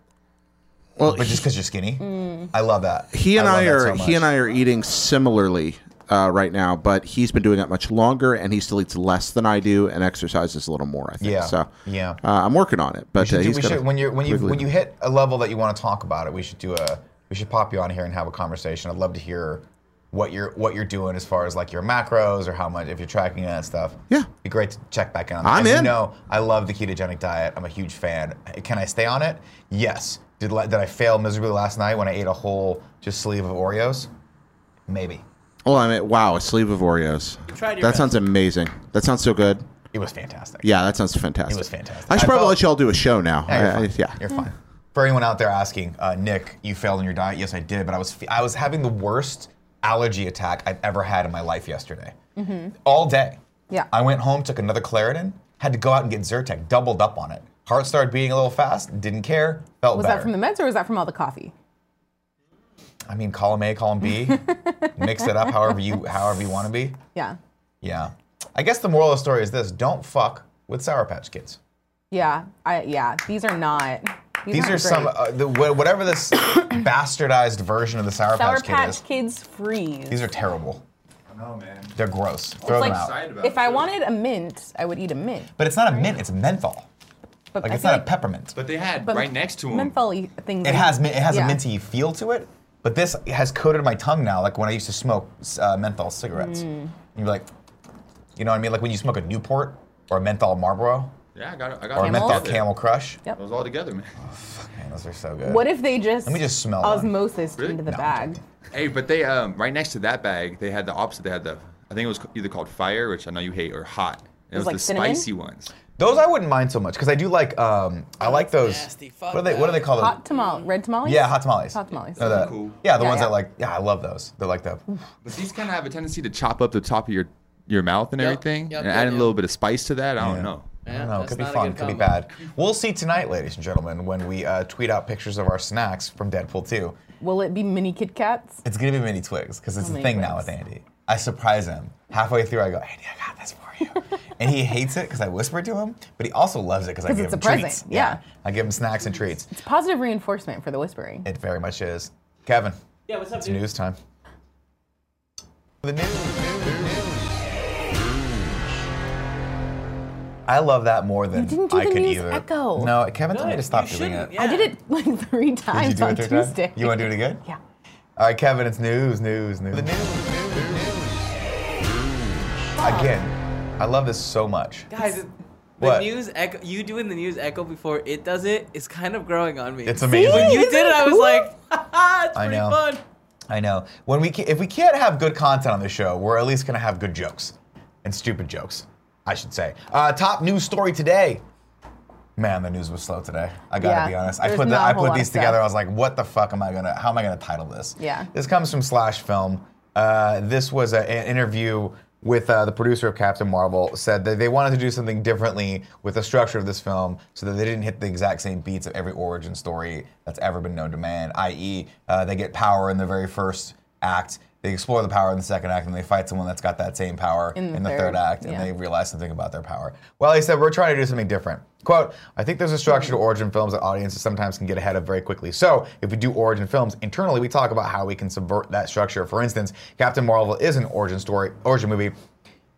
H: Well,
A: but just because you're skinny. I love that.
H: he and
A: love
H: I,
A: that so
H: are
A: much.
H: he and I are eating similarly uh, right now, but he's been doing it much longer, and he still eats less than I do, and exercises a little more. I think.
A: Yeah.
H: So
A: Yeah.
H: uh, I'm working on it, but
A: should
H: uh,
A: do-
H: he's
A: we
H: gotta
A: should- when you when you
H: quickly-
A: when you hit a level that you want to talk about it, we should do a we should pop you on here and have a conversation. I'd love to hear what you're what you're doing as far as like your macros or how much if you're tracking that stuff.
H: Yeah.
A: be great to check back in on. that.
H: I'm
A: As You
H: in.
A: know, I love the ketogenic diet. I'm a huge fan. Can I stay on it? Yes. Did li- did I fail miserably last night when I ate a whole just sleeve of Oreos? Maybe.
H: Oh, I mean, wow, a sleeve of Oreos.
C: tried your
H: that
C: best.
H: sounds amazing. That sounds so good.
A: It was fantastic.
H: Yeah, that sounds fantastic.
A: It was fantastic.
H: I should
A: I
H: probably
A: felt-
H: let you all do a show now.
A: Oh, Yeah, you're
H: I- I-
A: fine.
H: yeah.
A: You're fine. For anyone out there asking, uh, Nick, you failed in your diet. Yes, I did, but I was fe- I was having the worst allergy attack I've ever had in my life yesterday. All day.
B: Mm-hmm. Yeah.
A: I went home, took another Claritin, had to go out and get Zyrtec, doubled up on it. Heart started beating a little fast. Didn't care. Felt
B: Was
A: better.
B: that from the meds or was that from all the coffee?
A: I mean, column A,
B: [laughs]
A: column B, mix it up however you however you want to be.
B: Yeah.
A: Yeah. I guess the moral of the story is this: Don't fuck with Sour Patch Kids.
B: Yeah, I yeah. These are not. These,
A: These
B: aren't
A: are some
B: great.
A: uh, the, wh- whatever this [coughs] bastardized version of the Sour,
B: Sour
A: Patch Kid is.
B: Patch Kids freeze.
A: These are terrible.
G: I know, man.
A: They're gross. Throw
B: It's
A: them
B: like,
A: out.
G: excited about
B: if I
G: this.
B: wanted a mint, I would eat a mint.
A: But it's not a mint. It's menthol.
B: But
A: Like
B: I
A: it's
B: feel
A: not a
B: like
A: peppermint.
G: But they had
B: But
G: right next to him.
B: menthol e- things.
A: It has mint- it has
B: yeah.
A: a minty feel to it. But this has coated my tongue now. Like when I used to smoke uh, menthol cigarettes,
B: Mm.
A: and you're like, you know what I mean? Like when you smoke a Newport or a menthol Marlboro
G: yeah, I got it. I got
A: or
G: it.
A: a
B: Camel?
A: menthol Camel Crush.
B: Yep.
G: It was all together, man.
A: Man, those are so good.
B: What if they just
A: Let me just smell one.
B: osmosis
G: Really?
B: into the
A: No, I'm
B: bag?
A: joking.
G: Hey, but they um right next to that bag, they had the opposite. They had the I think it was either called fire, which I know you hate, or hot. And it was
B: like
G: the
B: cinnamon?
G: spicy ones.
A: Those I wouldn't mind so much because I do like um I like those.
C: nasty. Fuck
A: what are they? What do they
C: that.
A: call those?
B: Hot tamale, red tamales.
A: Yeah, hot tamales.
B: Hot tamales.
A: No, the-
G: Cool.
A: Uh, Yeah, the
B: Yeah,
A: ones
B: yeah.
A: that like yeah, I love those. They're like the
G: But these kind of have a tendency to chop up the top of your your mouth and
C: Yep,
G: everything,
C: yep,
G: and
C: they
G: add a
C: do.
G: little bit of spice to that. I don't
A: Yeah.
G: know.
A: I don't know. It
C: that's
A: could be
C: not a
A: fun.
C: good
A: Could be
C: combo.
A: bad. We'll see tonight, ladies and gentlemen, when we uh, tweet out pictures of our snacks from Deadpool 2.
B: Will it be mini Kit Kats?
A: It's gonna be mini twigs because it's the
B: mini
A: thing now
B: Twigs.
A: with Andy. I surprise him halfway through. I go, Andy, I got this for you, and he hates it because I whisper it to him, but he also loves it because I
B: 'Cause
A: give
B: it's
A: him
B: a present,
A: treats.
B: yeah.
A: I give him snacks and treats.
B: It's positive reinforcement for the whispering.
A: It very much is. Kevin,
C: Yeah, what's up,
A: it's
C: dude?
A: news time. The news. I love that more than
B: didn't do
A: I
B: the
A: could
B: news
A: either.
B: echo.
A: No, Kevin told me
C: Good.
A: to stop
C: You
A: doing it.
C: shouldn't,
B: I
C: yeah.
B: did it like [laughs] three
A: Did you
B: times
A: do
B: on
A: it third
B: Tuesday.
A: time? You want to do it again?
B: Yeah.
A: All right, Kevin, it's news, news, news. The news, Again, I love this so much. [laughs]
C: Guys, it- the
A: What?
C: news echo, you doing the news echo before it does it is kind of growing on me.
A: It's
C: when
A: amazing.
C: you
B: Isn't
C: did it,
B: it
C: I was
B: cool?
C: like, [laughs] haha, it's
A: I
C: pretty
A: know.
C: fun.
A: I know. When we ca- if we can't have good content on the show, we're at least gonna have good jokes and stupid jokes, I should say. Uh, top news story today. Man, the news was slow today. I gotta
B: Yeah,
A: be honest. I
B: there's
A: put the,
B: not a
A: I
B: whole
A: put
B: lot
A: these
B: of stuff.
A: together. I was like, what the fuck am I gonna? How am I gonna title this?
B: Yeah.
A: This comes from Slash Film. Uh, this was a- an interview with uh, the producer of Captain Marvel. Said that they wanted to do something differently with the structure of this film, so that they didn't hit the exact same beats of every origin story that's ever been known to man. I.e., uh, they get power in the very first act. They explore the power in the second act, and they fight someone that's got that same power in
B: the
A: the, third,
B: third,
A: act, and
B: yeah.
A: they realize something about their power. Well, he said, We're trying to do something different. Quote, I think there's a structure to origin films that audiences sometimes can get ahead of very quickly. So, if we do origin films, internally we talk about how we can subvert that structure. For instance, Captain Marvel is an origin story, origin movie,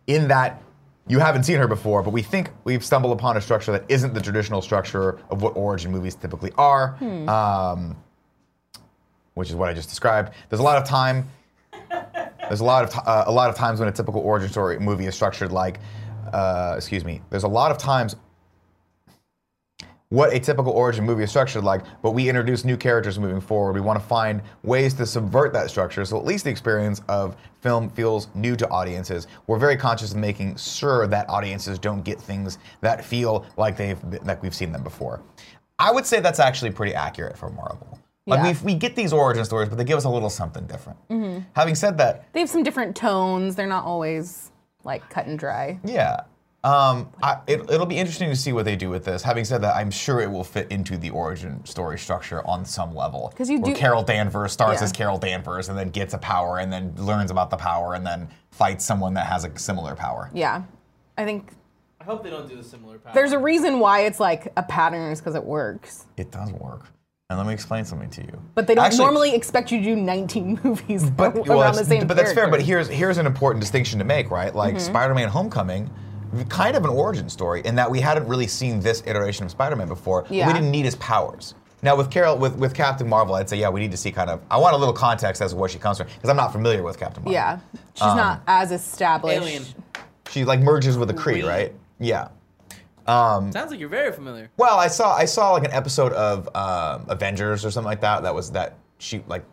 A: in that you haven't seen her before, but we think we've stumbled upon a structure that isn't the traditional structure of what origin movies typically are, um, which is what I just described. There's a lot of time there's a lot of t- uh, a lot of times when a typical origin story movie is structured like, uh, excuse me. There's a lot of times what a typical origin movie is structured like, but we introduce new characters moving forward. We want to find ways to subvert that structure, so at least the experience of film feels new to audiences. We're very conscious of making sure that audiences don't get things that feel like they've been, like we've seen them before. I would say that's actually pretty accurate for Marvel. Like
B: Yeah.
A: we we get these origin stories, but they give us a little something different. Having said that,
B: They have some different tones. They're not always like cut and dry.
A: Yeah. Um, I, it, it'll be interesting to see what they do with this. Having said that, I'm sure it will fit into the origin story structure on some level.
B: 'Cause you
A: Where
B: do-
A: Carol Danvers starts
B: Yeah.
A: as Carol Danvers and then gets a power and then learns about the power and then fights someone that has a similar power.
B: Yeah. I think
C: I hope they don't do the similar power.
B: there's a reason why it's like a pattern is because it works.
A: It does work. And let me explain something to you.
B: But they don't
A: Actually-
B: normally expect you to do 19 [laughs] movies
A: but
B: around
A: well, that's-
B: the same
A: but that's fair.
B: character.
A: But
B: Mm-hmm.
A: here's here's an important distinction to make, right? Like Spider-Man: Homecoming, kind of an origin story in that we hadn't really seen this iteration of Spider-Man before. but
B: Yeah.
A: We didn't need his powers. Now with Carol, with, with Captain Marvel, I'd say yeah, we need to see kind of. I want a little context as to where she comes from because I'm not familiar with Captain Marvel.
B: Yeah. She's
A: um,
B: not as established.
C: alien.
A: She like merges with a Kree,
C: Kree.
A: right? Yeah.
C: Sounds like you're very familiar.
A: Well, I saw I saw like an episode of um, Avengers or something like that. That was that she like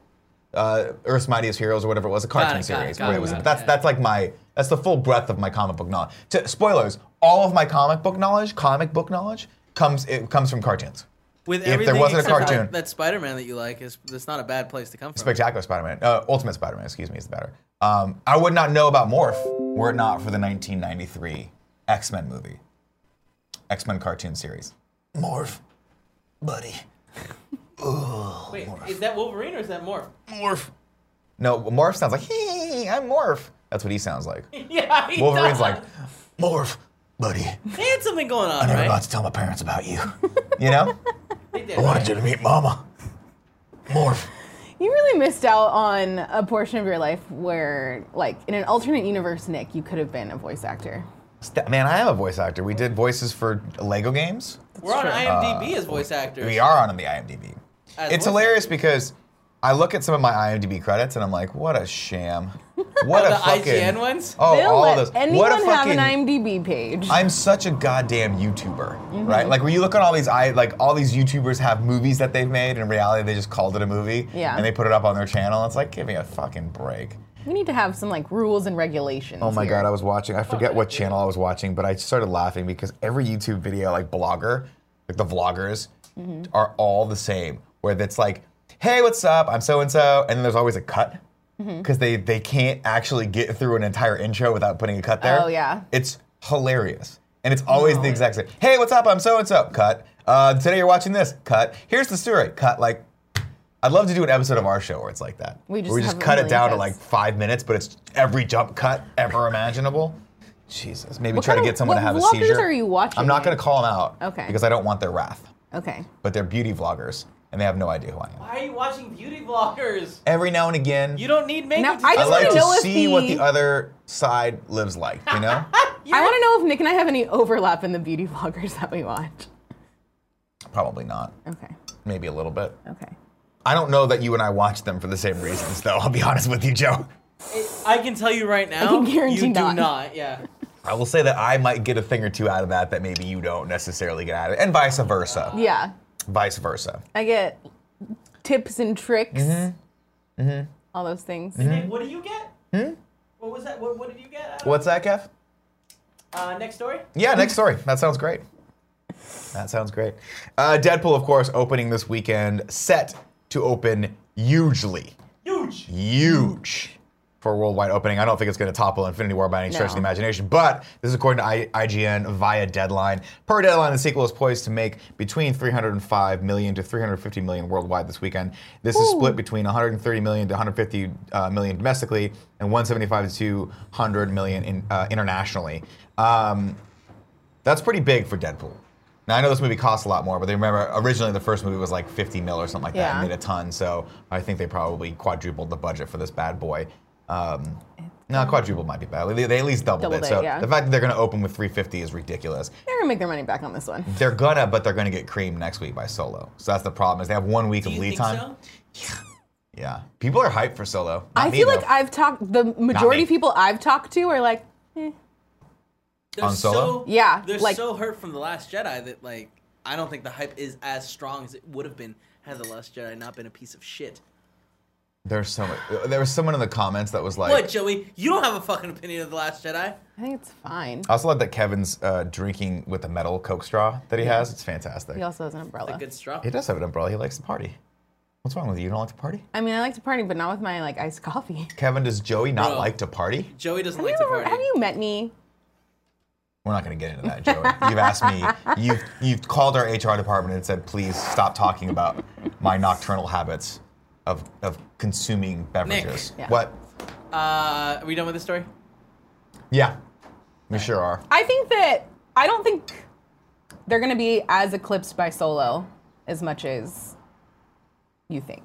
A: uh, Earth's Mightiest Heroes or whatever it was, a cartoon
C: it, got it,
A: series.
C: got
A: where
C: it,
A: it was-
C: got it,
A: that's
C: yeah.
A: that's like my that's the full breadth of my comic book knowledge. To, spoilers: all of my comic book knowledge, comic book knowledge, comes it comes from cartoons.
C: With
A: If there
C: everything
A: wasn't a
C: except
A: cartoon.
C: that, that Spider-Man that you like is that's not a bad place to come from.
A: Spectacular Spider-Man, uh, Ultimate Spider-Man, excuse me, is better. Um, I would not know about Morph were it not for the 1993 X-Men movie, X-Men cartoon series. Morph, buddy.
C: Wait, is that Wolverine or is that Morph? [laughs]
A: Morph. No, Morph sounds like, hey, I'm Morph. That's what he sounds like.
C: yeah, he
A: Wolverine's
C: does.
A: like, [laughs] Morph, buddy,
C: They had something going on,
A: I'm
C: right?
A: about to tell my parents about you. [laughs] You know?
C: They did.
A: I wanted you to meet Mama. Morph.
B: You really missed out on a portion of your life where, like, in an alternate universe, Nick, you could have been a voice actor.
A: St- Man, I am a voice actor. We did voices for Lego games.
C: We're on
B: true.
C: IMDb as voice actors.
A: Uh, We are on the IMDb.
C: As
A: it's
C: voice
A: hilarious because I look at some of my IMDb credits and I'm like, what a sham.
C: [laughs]
A: What
C: Oh, the
A: a fucking.
C: IGN ones?
A: Oh,
B: They'll
A: all
B: let
A: those.
B: anyone
A: what a
B: have
A: fucking.
B: an IMDb page.
A: I'm such a goddamn YouTuber, right? Like when you look at all these, I like all these YouTubers have movies that they've made. In reality, they just called it a movie,
B: Yeah.
A: and they put it up on their channel. It's like, give me a fucking break.
B: we need to have some like rules and regulations.
A: Oh my
B: here.
A: god, I was watching. I forget what channel I was watching, but I started laughing because every YouTube video, like blogger, like the vloggers,
B: Mm-hmm.
A: are all the same. Where it's like, "Hey, what's up? I'm so and so," and then there's always a cut
B: Mm-hmm.
A: because they they can't actually get through an entire intro without putting a cut there.
B: Oh, yeah. Oh.
A: it's hilarious, and it's always the exact same. Hey, what's up? I'm so and so. Cut. Uh, today you're watching this. Cut. Here's the story. Cut. Like. I'd love to do an episode of our show where it's like that.
B: We just
A: where we
B: have
A: just
B: a
A: cut it
B: million
A: down to
B: cuts.
A: like five minutes, but it's every jump cut ever imaginable. Jesus, maybe
B: What
A: try to
B: kind of-
A: get someone to
B: what
A: have a
B: vloggers
A: seizure.
B: are you watching,
A: I'm not
B: Nick?
A: going to call them out.
B: Okay.
A: Because I don't want their wrath.
B: Okay.
A: But they're beauty vloggers, and they have no idea who I am.
C: Why are you watching beauty vloggers?
A: Every now and again,
C: You don't need makeup.
B: Now,
C: to
B: I
C: do
A: I
B: just
C: that.
A: like
B: wanna
A: to
B: know if
A: see what
B: the-
A: the other side lives like.
B: [laughs]
A: You know,
B: I want to know if Nick and I have any overlap in the beauty [laughs] vloggers that we watch.
A: probably not.
B: Okay.
A: Maybe a little bit.
B: Okay.
A: I don't know that you and I watch them for the same reasons, though. I'll be honest with you, Joe.
C: I can tell you right now.
B: can guarantee
C: you
B: not.
C: do not. Yeah.
A: I will say that I might get a thing or two out of that that maybe you don't necessarily get out of it, and vice versa.
B: Yeah.
A: Vice versa.
B: I get tips and tricks.
A: Mm-hmm.
B: All those things.
C: Nick, what do you get? Hmm. What was that? What, what did you get? Adam?
A: What's that, Kev?
C: Uh, next story.
A: Yeah, next story. That sounds great. That sounds great. Uh, Deadpool, of course, opening this weekend, set to open hugely,
C: Huge.
A: huge for a worldwide opening. I don't think it's going to topple Infinity War by any stretch of the
B: No.
A: imagination, but this is according to I- IGN via Deadline. Per Deadline, the sequel is poised to make between 305 million to 350 million worldwide this weekend. This is split between 130 million to 150 uh, million domestically and 175 to 200 million in, uh, internationally. Um, that's pretty big for Deadpool. Now I know this movie costs a lot more, but they remember originally the first movie was like 50 mil or something like that,
B: Yeah.
A: and made a ton. So I think they probably quadrupled the budget for this bad boy. Um, no, quadruple might be bad. They, they at least doubled,
B: Doubled
A: it.
B: it,
A: So
B: yeah.
A: the fact that they're going to open with 350 is ridiculous.
B: They're gonna make their money back on this one.
A: They're gonna, but they're gonna get creamed next week by Solo. So that's the problem is they have one week
C: Do
A: of
C: you
A: lead
C: think
A: time.
C: so?
A: Yeah, people are hyped for Solo. Not
B: I
A: me,
B: feel
A: though.
B: like I've talked. The majority
A: me.
B: of people I've talked to are like,
C: They're
A: On Solo?
C: So,
B: Yeah,
C: They're
B: like-
C: so hurt from the Last Jedi that like I don't think the hype is as strong as it would have been had the Last Jedi not been a piece of shit.
A: there's so much, there was someone in the comments that was like,
C: what, Joey? You don't have a fucking opinion of the Last Jedi.
B: I think it's fine.
A: I also love that Kevin's uh, drinking with the metal Coke straw that he has. It's fantastic.
B: He also has an umbrella.
C: Good straw.
A: He does have an umbrella. He likes to party. What's wrong with you? You don't like to party?
B: I mean, I like to party, but not with my like iced
C: [laughs]
B: coffee.
A: Kevin, does Joey not
C: Bro.
A: like to party?
C: Joey doesn't
B: Have you,
C: like to
B: ever,
C: party.
B: have you met me?
A: We're not going to get into that, Joey. You've asked me. You've you've called our HR department and said, please stop talking about my nocturnal habits of of consuming beverages.
B: Yeah.
A: What?
C: Uh, are we done with this story?
A: Yeah, we sure are.
B: I think that I don't think they're gonna be as eclipsed by Solo as much as you think.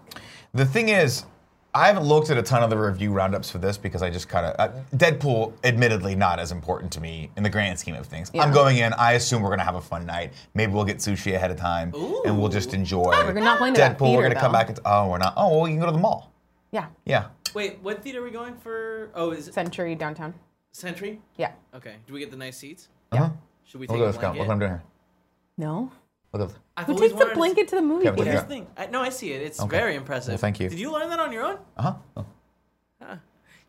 A: The thing is, I haven't looked at a ton of the review roundups for this because I just kind of uh, Deadpool, admittedly, not as important to me in the grand scheme of things. I'm
B: Yeah.
A: going in. I assume we're gonna have a fun night. Maybe we'll get sushi ahead of time, and we'll just enjoy.
B: We're
C: Ah.
B: not going to that
A: Deadpool.
B: theater,
A: we're gonna come
B: though.
A: back. And, oh, we're not. Oh, well, you can go to the mall.
B: Yeah,
A: Yeah.
C: Wait, what theater are we going for? Oh, is it
B: Century downtown.
C: Century?
B: Yeah.
C: Okay. Do we get the nice seats?
B: Yeah.
A: Uh-huh.
C: Should we
A: Look
C: take
A: at
C: a
A: this guy. Look what I'm
C: blanket?
A: doing here.
B: No.
A: Look at this.
C: I've
B: Who
C: always
B: takes the
C: wanted to-
B: blanket to the movie
A: Yeah, but
B: theater?
C: Here's the
A: Yeah.
C: thing. I, no, I see it. It's very impressive.
A: Well, thank you.
C: Did you learn that on your own?
A: Uh huh. Oh.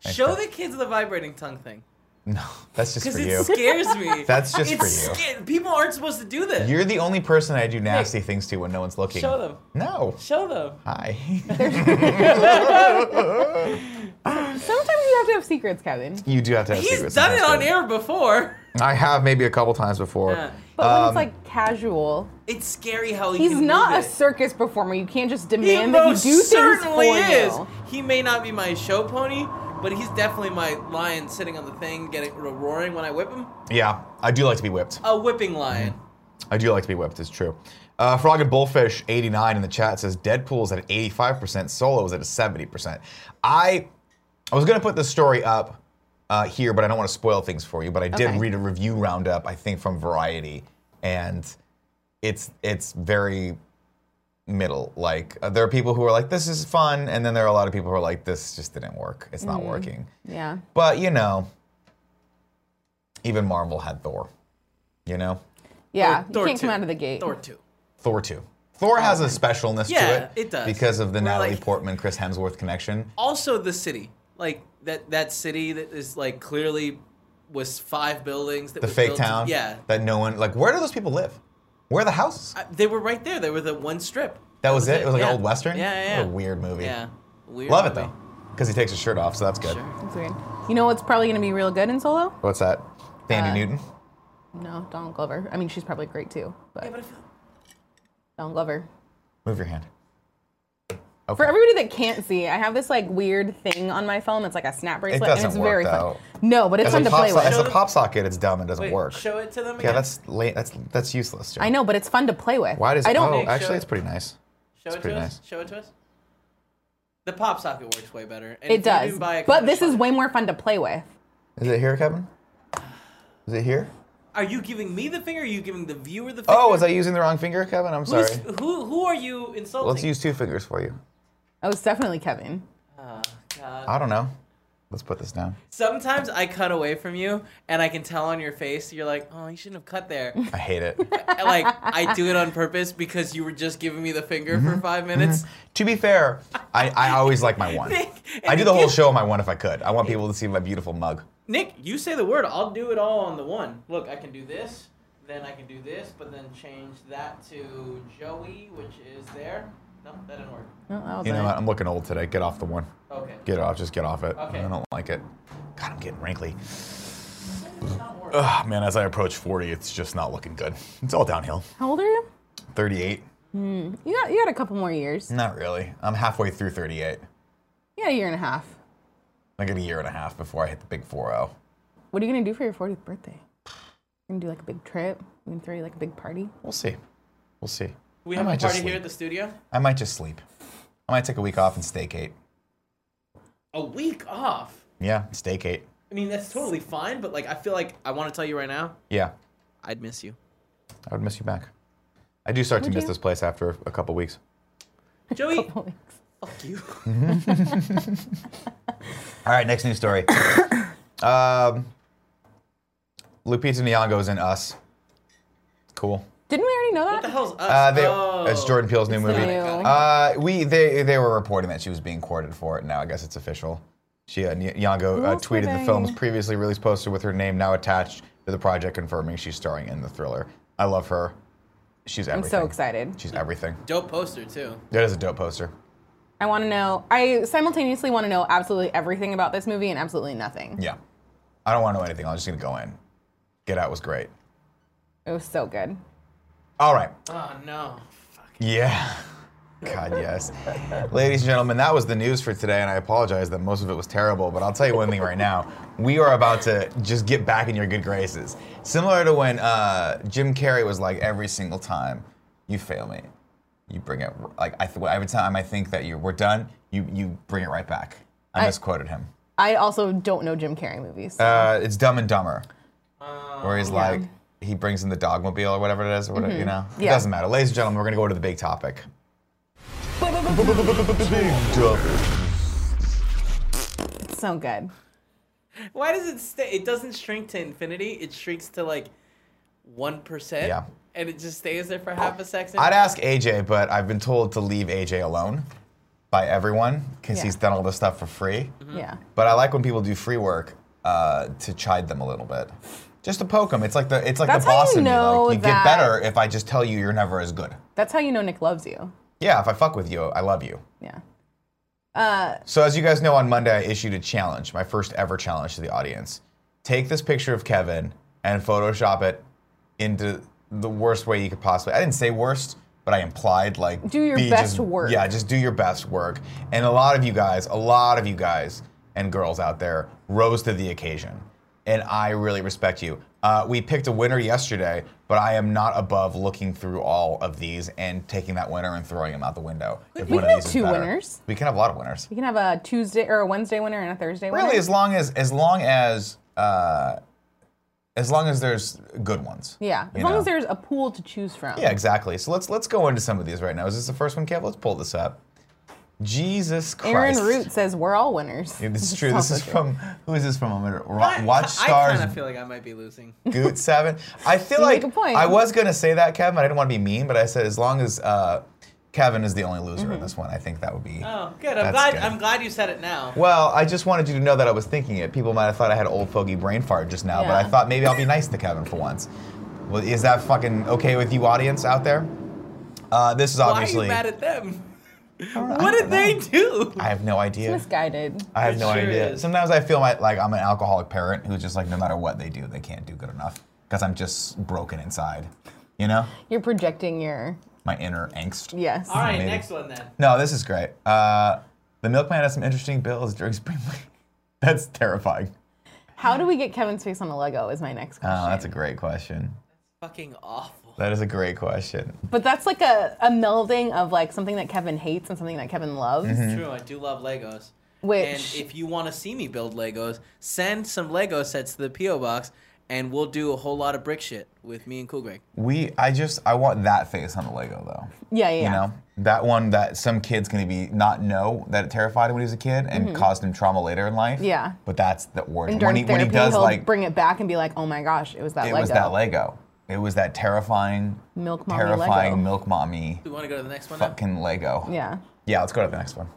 C: Show the kids the vibrating tongue thing.
A: No, [laughs] that's just
C: Because
A: for
C: it
A: you.
C: scares me.
A: [laughs] That's just
C: It's
A: for you.
C: sca- people aren't supposed to do this.
A: You're the only person I do nasty things to when no one's looking.
C: Show them.
A: No.
C: Show them.
A: Hi. [laughs]
B: Sometimes you have to have secrets, Kevin.
A: you do have to have
C: He's
A: secrets.
C: done it
A: sometimes,
C: on
A: Kevin.
C: air before.
A: I have maybe a couple times before.
C: Yeah.
B: But when
A: Um,
B: it's like casual,
C: It's scary how he
B: he's
C: can
B: not
C: move
B: a
C: it.
B: circus performer. You can't just
C: He
B: demand that
C: most
B: he do things for
C: certainly is.
B: you.
C: He may not be my show pony, But he's definitely my lion sitting on the thing, getting roaring when I whip him.
A: Yeah, I do like to be whipped.
C: A whipping lion.
A: I do like to be whipped. It's true. Uh, Frog and Bullfish 89 in the chat says Deadpool's at 85%, Solo's at a 70%. I I was gonna put this story up uh, here, but I don't want to spoil things for you. But I did
B: Okay.
A: read a review roundup, I think from Variety, and it's it's very middle. Like uh, there are people who are like, "This is fun," and then there are a lot of people who are like, "This just didn't work. It's not working."
B: Yeah.
A: But you know, even Marvel had Thor. You know,
B: Yeah.
C: Thor
B: you can't come
C: two.
B: out of the gate.
C: Thor two.
A: Thor two. Thor has a specialness
C: Yeah,
A: to it.
C: it does.
A: because of the
C: We're
A: Natalie
C: like-
A: Portman, Chris Hemsworth connection.
C: Also the city, like that that city that is like clearly was five buildings. That
A: The
C: was
A: fake
C: built-
A: town.
C: Yeah,
A: That no one like. Where do those people live? Where are the houses?
C: I- they were right there. They were the one strip.
A: That was it? It was like an
C: Yeah.
A: old western?
C: Yeah, yeah,
A: What a
C: yeah.
A: weird movie.
C: Yeah, Weird
A: Love it
C: movie.
A: though, because he takes his shirt off, so that's good.
C: Sure.
B: That's weird. You know what's probably gonna be real good in solo?
A: What's that? Dandy
B: Uh,
A: Newton.
B: No, Donald Glover. I mean, she's probably great too, but,
C: Yeah, but I feel-
B: Donald Glover.
A: Move your hand. Okay.
B: For everybody that can't see, I have this like weird thing on my phone that's like a snap bracelet,
A: doesn't
B: and it's
A: work,
B: very
A: though.
B: fun. No, but it's
A: as a,
B: fun to
A: pop
B: play
A: so-
B: with.
A: as a pop socket, it's dumb and doesn't
C: Wait,
A: work.
C: show it to them again.
A: yeah, that's la- that's that's useless. Dude.
B: I know, but it's fun to play with.
A: Why does
B: I don't?
A: Oh,
C: Nick, show
A: actually,
C: it.
A: it's pretty nice.
C: Show it to
A: pretty
C: us.
A: nice.
C: Show it to us. The pop socket works way better. And
B: It
C: if you
B: does,
C: didn't buy a
B: but
C: Kevin
B: this is
C: Schwab-
B: way more fun to play with.
A: Is it here, Kevin? Is it here?
C: Are you giving me the finger? Or are you giving the viewer the finger?
A: Oh, was I using the wrong finger, Kevin? I'm sorry.
C: Who's, who who are you insulting?
A: Let's use two fingers for you.
B: Oh, it's definitely Kevin.
C: Oh, God.
A: I don't know. Let's put this down.
C: Sometimes I cut away from you, and I can tell on your face you're like, "Oh, you shouldn't have cut there."
A: I hate
C: [laughs]
A: it.
C: And, like I do it on purpose because you were just giving me the finger
A: Mm-hmm.
C: for five minutes.
A: to be fair, I, I always like my one.
C: Nick,
A: I do
C: Nick,
A: the whole
C: you-
A: show on my one if I could. I want people to see my beautiful mug.
C: Nick, you say the word. I'll do it all on the one. Look, I can do this, then I can do this, but then change that to Joey, which is there. No, that didn't work.
B: No, that was
A: You know
B: it.
A: what? I'm looking old today. Get off the one.
C: Okay.
A: Get off. Just get off it.
C: Okay.
A: I don't like it. God, I'm getting wrinkly.
C: It's not working.
A: Ugh, man, as I approach 40, it's just not looking good. It's all downhill.
B: How old are you?
A: 38?
B: You got you got a couple more years.
A: Not really. I'm halfway through 38.
B: You got a year and a half.
A: I got a year and a half before I hit the big oh. 4-0.
B: What are you gonna do for your 40th birthday? You gonna do like a big trip? You gonna throw you like a big party? [laughs]
A: We'll see. We'll see.
C: We
A: I
C: have a
A: might just
C: party here
A: sleep.
C: at the studio.
A: I might just sleep. I might take a week off and staycate.
C: A week off.
A: Yeah, staycate.
C: I mean, that's totally fine, but like, I feel like I want to tell you right now,
A: Yeah,
C: I'd miss you.
A: I would miss you back. I do start to
B: Would
A: miss
B: you?
A: this place after a couple weeks.
C: Joey,
B: Couple weeks.
C: fuck you.
A: All right, next news [coughs] story. um, Lupita Nyong'o's in Us. Cool.
B: Didn't we already know that?
C: What the hell's us?
A: Uh, they,
C: oh.
A: It's Jordan Peele's new movie.
B: new.
A: Uh, we they they were reporting that she was being courted for it. Now I guess it's official. She uh, Ny- Nyong'o uh,
B: else were
A: tweeted the
B: they?
A: film's previously released poster with her name now attached to the project, confirming she's starring in the thriller. I love her. She's
B: I'm
A: everything.
B: so excited.
A: She's everything.
C: Dope poster too.
A: That is a dope poster.
B: I want to know. I simultaneously want to know absolutely everything about this movie and absolutely nothing.
A: Yeah. I don't want to know anything. I'm just gonna go in. Get Out was great.
B: It was so good.
A: All right.
C: Oh no. Fuck.
A: Yeah. God, yes. Ladies and gentlemen, that was the news for today, and I apologize that most of it was terrible, but I'll tell you one thing right now. We are about to just get back in your good graces. Similar to when uh, Jim Carrey was like, every single time, you fail me. You bring it, like, I th- every time I think that you we're done, you, you bring it right back. I,
B: I-
A: misquoted him.
B: I also don't know Jim Carrey movies.
A: Uh, it's Dumb and Dumber, where he's
B: Oh, yeah. Mm-hmm.
A: like, he brings in the dogmobile or whatever it is, or whatever, you know? It
B: Yeah.
A: doesn't matter. Ladies and gentlemen, we're going to go to the big topic.
B: it's so good.
C: Why does it stay? It doesn't shrink to infinity. It shrinks to like one percent.
A: Yeah.
C: And it just stays there for half a second.
A: I'd ask AJ, but I've been told to leave AJ alone by everyone because
B: Yeah.
A: he's done all this stuff for free.
B: Yeah.
A: But I like when people do free work uh, to chide them a little bit, just to poke them. It's like the it's like
B: That's
A: the
B: how
A: boss
B: you
A: in me.
B: know
A: Like you get
B: that-
A: better if I just tell you you're never as good.
B: That's how you know Nick loves you.
A: Yeah, if I fuck with you, I love you.
B: Yeah. Uh,
A: So as you guys know, on Monday I issued a challenge, my first ever challenge to the audience. Take this picture of Kevin and Photoshop it into the worst way you could possibly. I didn't say worst, but I implied like
B: Do your
A: be
B: best
A: just-
B: work.
A: Yeah, just do your best work. And a lot of you guys, a lot of you guys and girls out there rose to the occasion, and I really respect you. Uh, we picked a winner yesterday, but I am not above looking through all of these and taking that winner and throwing him out the window. If
B: We can
A: one of
B: have
A: these is
B: two
A: better.
B: winners.
A: We can have a lot of winners.
B: You can have a Tuesday or a Wednesday winner and a Thursday winner.
A: Really, as long as as long as uh, as long as there's good ones.
B: yeah, as
A: you
B: long
A: know?
B: as there's a pool to choose from.
A: Yeah, exactly. So let's let's go into some of these right now. Is this the first one, Kev? Let's pull this up. Jesus
B: Aaron
A: Christ.
B: Root says we're all winners.
A: Yeah, this is true. This is from who is this from? I'm gonna
C: I-
A: ro- watch
C: I
A: stars
C: kind of feel like I might be losing.
A: Goot Seven. I feel
B: You
A: like
B: make a point.
A: I was gonna say that, Kevin. I didn't want to be mean, but I said as long as uh, Kevin is the only loser
B: Mm-hmm.
A: in this one, I think that would be.
C: Oh, good. I'm
A: That's
C: glad.
A: good.
C: I'm glad you said it now.
A: Well, I just wanted you to know that I was thinking it. People might have thought I had old fogey brain fart just now, but I
B: Yeah.
A: thought maybe I'll be nice to Kevin for once. Well, is that fucking okay with you, audience out there? Uh, this is
C: Why are
A: obviously.
C: you mad at them?
A: don't know.
C: [laughs] What
A: I
C: did
A: don't
C: they
A: know.
C: do?
A: I have no idea.
B: Misguided.
A: I have
C: It
A: no
C: sure
A: idea.
C: is.
A: Sometimes I feel my, like I'm an alcoholic parent who's just like, no matter what they do, they can't do good enough because I'm just broken inside. You know,
B: You're projecting your
A: my inner angst.
B: yes.
C: All right,
A: Maybe.
C: next one then.
A: No, this is great. Uh, the milkman has some interesting bills during spring break. [laughs] that's terrifying.
B: How do we get Kevin's face on a Lego? Is my next question.
A: Oh, that's a great question.
C: Fucking awful.
A: That is a great question.
B: But that's like a, a melding of like something that Kevin hates and something that Kevin loves.
A: Mm-hmm. Hmm.
C: True, I do love Legos.
B: Which-
C: and if you want to see me build Legos, send some Lego sets to the PO box, and we'll do a whole lot of brick shit with me and Cool Greg.
A: We, I just, I want that face on the Lego though.
B: Yeah, yeah. yeah.
A: You know, that one that some kids can be not know that it terrified him when he was a kid and caused him trauma later in life.
B: Mm-hmm. Yeah.
A: But that's the worst.
B: And
A: When
B: during
A: he, when
B: therapy,
A: he does
B: he'll
A: like,
B: bring it back and be like, "Oh my gosh, it was that
A: it
B: Lego."
A: was that Lego. It was that terrifying,
B: Milk mommy
A: terrifying
B: Lego.
A: milk mommy
C: We want to go to the next one. now?
A: fucking Lego.
B: Yeah.
A: Yeah, let's go to the next one.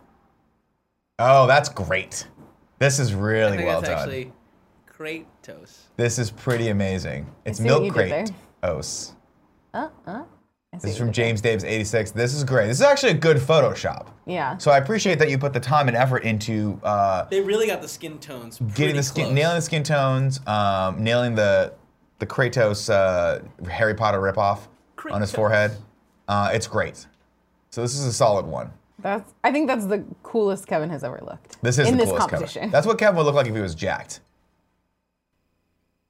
A: Oh, that's great. This is
C: I
A: really
C: think
A: well
C: that's
A: done.
C: actually Kratos.
A: This is pretty amazing. It's
B: see what
A: milk
B: you did there.
A: crate. Os.
B: Uh, uh. I see
A: This is
B: what
A: from
B: you
A: James Dave's 86. This is great. This is actually a good Photoshop.
B: did. Yeah.
A: So I appreciate that you put the time and effort into uh,
C: They really got the skin tones. pretty
A: getting the skin,
C: close.
A: nailing the skin tones, um, nailing the the Kratos uh, Harry Potter ripoff on his
C: Kratos.
A: forehead. Uh, it's great. So this is a solid one.
B: that's. I think that's the coolest Kevin has ever looked.
A: This is
B: in
A: the
B: this
A: coolest
B: competition.
A: Kevin. That's what Kevin would look like if he was jacked.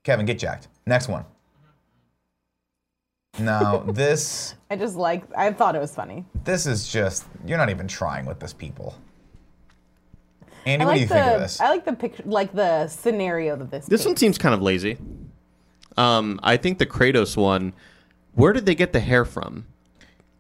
A: Kevin, get jacked. Next one. Now [laughs] this
B: I just like. I thought it was funny.
A: this is just you're not even trying with this people. Andy,
B: I
A: what
B: like
A: do you
B: the.
A: think of this?
B: I like the picture. Like the scenario that this.
I: This one
B: paints.
I: seems kind of lazy. Um, I think the Kratos one. Where did they get the hair from?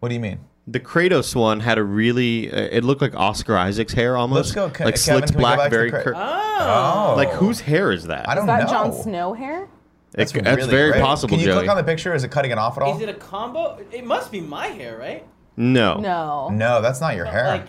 A: what do you mean?
I: The Kratos one had a really. Uh, it looked like Oscar Isaac's hair almost.
A: go, Ke-
I: like
A: Kevin,
I: slicked
A: can we go back
I: black,
A: to
I: very.
A: the Kra-
I: Cur-
A: Oh,
I: Like whose hair is that?
A: I don't
B: Is that
A: know.
B: Jon Snow hair?
I: That's, that's
A: really
I: very
A: great.
I: possible,
A: Can you
I: Joey.
A: click on the picture? Is it cutting it off at all?
C: Oh. Is it a combo? It must be my hair, right?
I: no.
B: No.
A: no, that's not your hair.
C: Like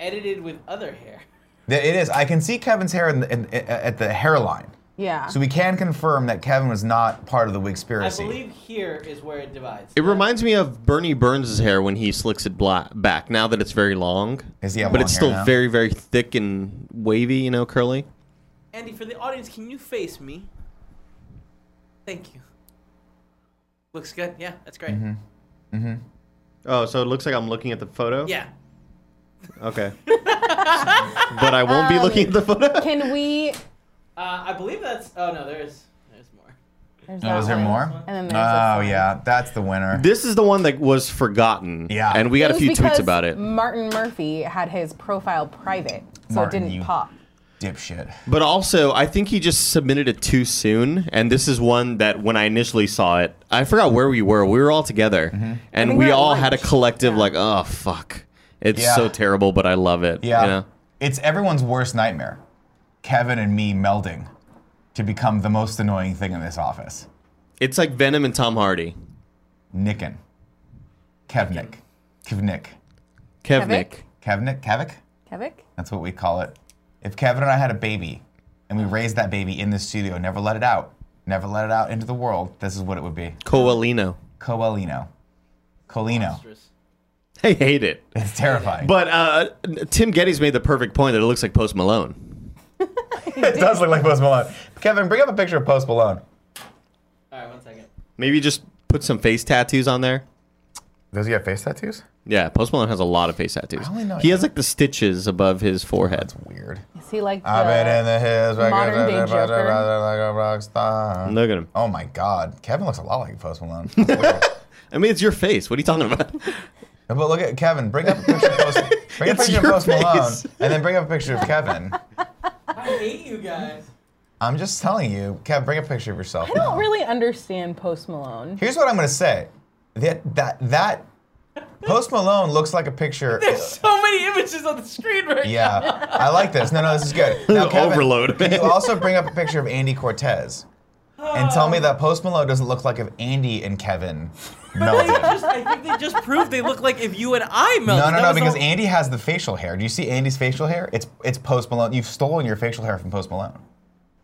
C: edited with other hair.
A: Th- it is. I can see Kevin's hair in the, in, i- at the hairline.
B: Yeah.
A: So we can confirm that Kevin was not part of the
C: I
A: Wigspiracy.
C: believe here is where it divides.
I: It reminds me of Bernie Burns' hair when he slicks it black, back. Now that it's very long,
A: Does he have
I: but
A: long
I: it's
A: hair
I: still
A: now?
I: very, very thick and wavy. You know, curly.
C: Andy, for the audience, can you face me? Thank you. Looks good. Yeah, that's great.
A: Mm-hmm.
I: Oh, so it looks like I'm looking at the photo.
C: Yeah.
B: [laughs]
I: Okay. but I won't
B: Um,
I: be looking at the photo.
B: Can we?
C: Uh, I believe that's. Oh no, there's there's more.
B: There's
A: Oh, is
B: that
A: there
B: one.
A: more?
B: And then there's
A: Oh
B: this one.
A: yeah, that's the winner.
I: This is the one that was forgotten.
A: Yeah.
I: And we
B: It
I: got a
B: was
I: few tweets
B: because
I: about it.
B: Martin Murphy had his profile private, so
A: Martin,
B: it didn't
A: you-
B: pop.
A: Dipshit.
I: But also, I think he just submitted it too soon. And this is one that when I initially saw it, I forgot where we were. We were all together.
A: Mm-hmm.
I: And
B: think we
I: we
B: were at
I: all had a
B: lunch.
I: collective, like, oh, fuck. It's
A: Yeah.
I: so terrible, but I love it.
A: Yeah.
I: You know?
A: It's everyone's worst nightmare. Kevin and me melding to become the most annoying thing in this office.
I: It's like Venom and Tom Hardy.
A: Nickin. Kevnik. Kevnik.
I: Kevnik.
A: Kevnik? Kevik?
B: Kevik?
A: That's what we call it. If Kevin and I had a baby and we raised that baby in the studio, never let it out, never let it out into the world, this is what it would be.
I: Coalino.
A: Coelino. Colino.
C: Monstrous.
I: I hate it.
A: It's terrifying.
I: But uh, Tim Geddes made the perfect point that it looks like Post Malone.
A: it does look like Post Malone. [laughs] Kevin, bring up a picture of Post Malone.
C: All right, one second.
I: Maybe just put some face tattoos on there.
A: Does he have face tattoos?
I: Yeah, Post Malone has a lot of face tattoos.
A: I only know-
I: he has like the stitches above his forehead.
A: That's weird.
B: Is he like the,
A: I've been in the hills, like
B: modern
A: a-
B: day
A: like
B: Joker.
A: a rock star.
I: Look at him.
A: Oh my God, Kevin looks a lot like Post Malone. Look [laughs] at him.
I: I mean, it's your face. What are you talking about?
A: but look at Kevin. Bring up a picture
I: [laughs]
A: of Post, bring up a
I: It's
A: picture of
I: your
A: Post Malone,
I: face.
A: and then bring up a picture of Kevin.
C: I hate you guys. [laughs]
A: I'm just telling you, Kev, bring a picture of yourself.
B: I don't really understand Post Malone.
A: Here's what I'm gonna say. That that that Post Malone looks like a
I: [laughs]
A: picture.
C: So many images on the screen right
A: Yeah, I like this. No, no, this is
I: [laughs]
A: good. [laughs] Now, Kevin,
I: Overload. [laughs]
A: Can you also bring up a picture of Andy Cortez and tell me that Post Malone doesn't look like if Andy and
I: [laughs]
A: Kevin
C: now. They
A: melted?
C: just- I think they just proved they look like if you and I melted.
A: No, no,
C: That
A: no,
C: was the
A: because
C: whole-
A: Andy has the facial hair. Do you see Andy's facial hair? It's it's Post Malone. You've stolen your facial hair from Post Malone.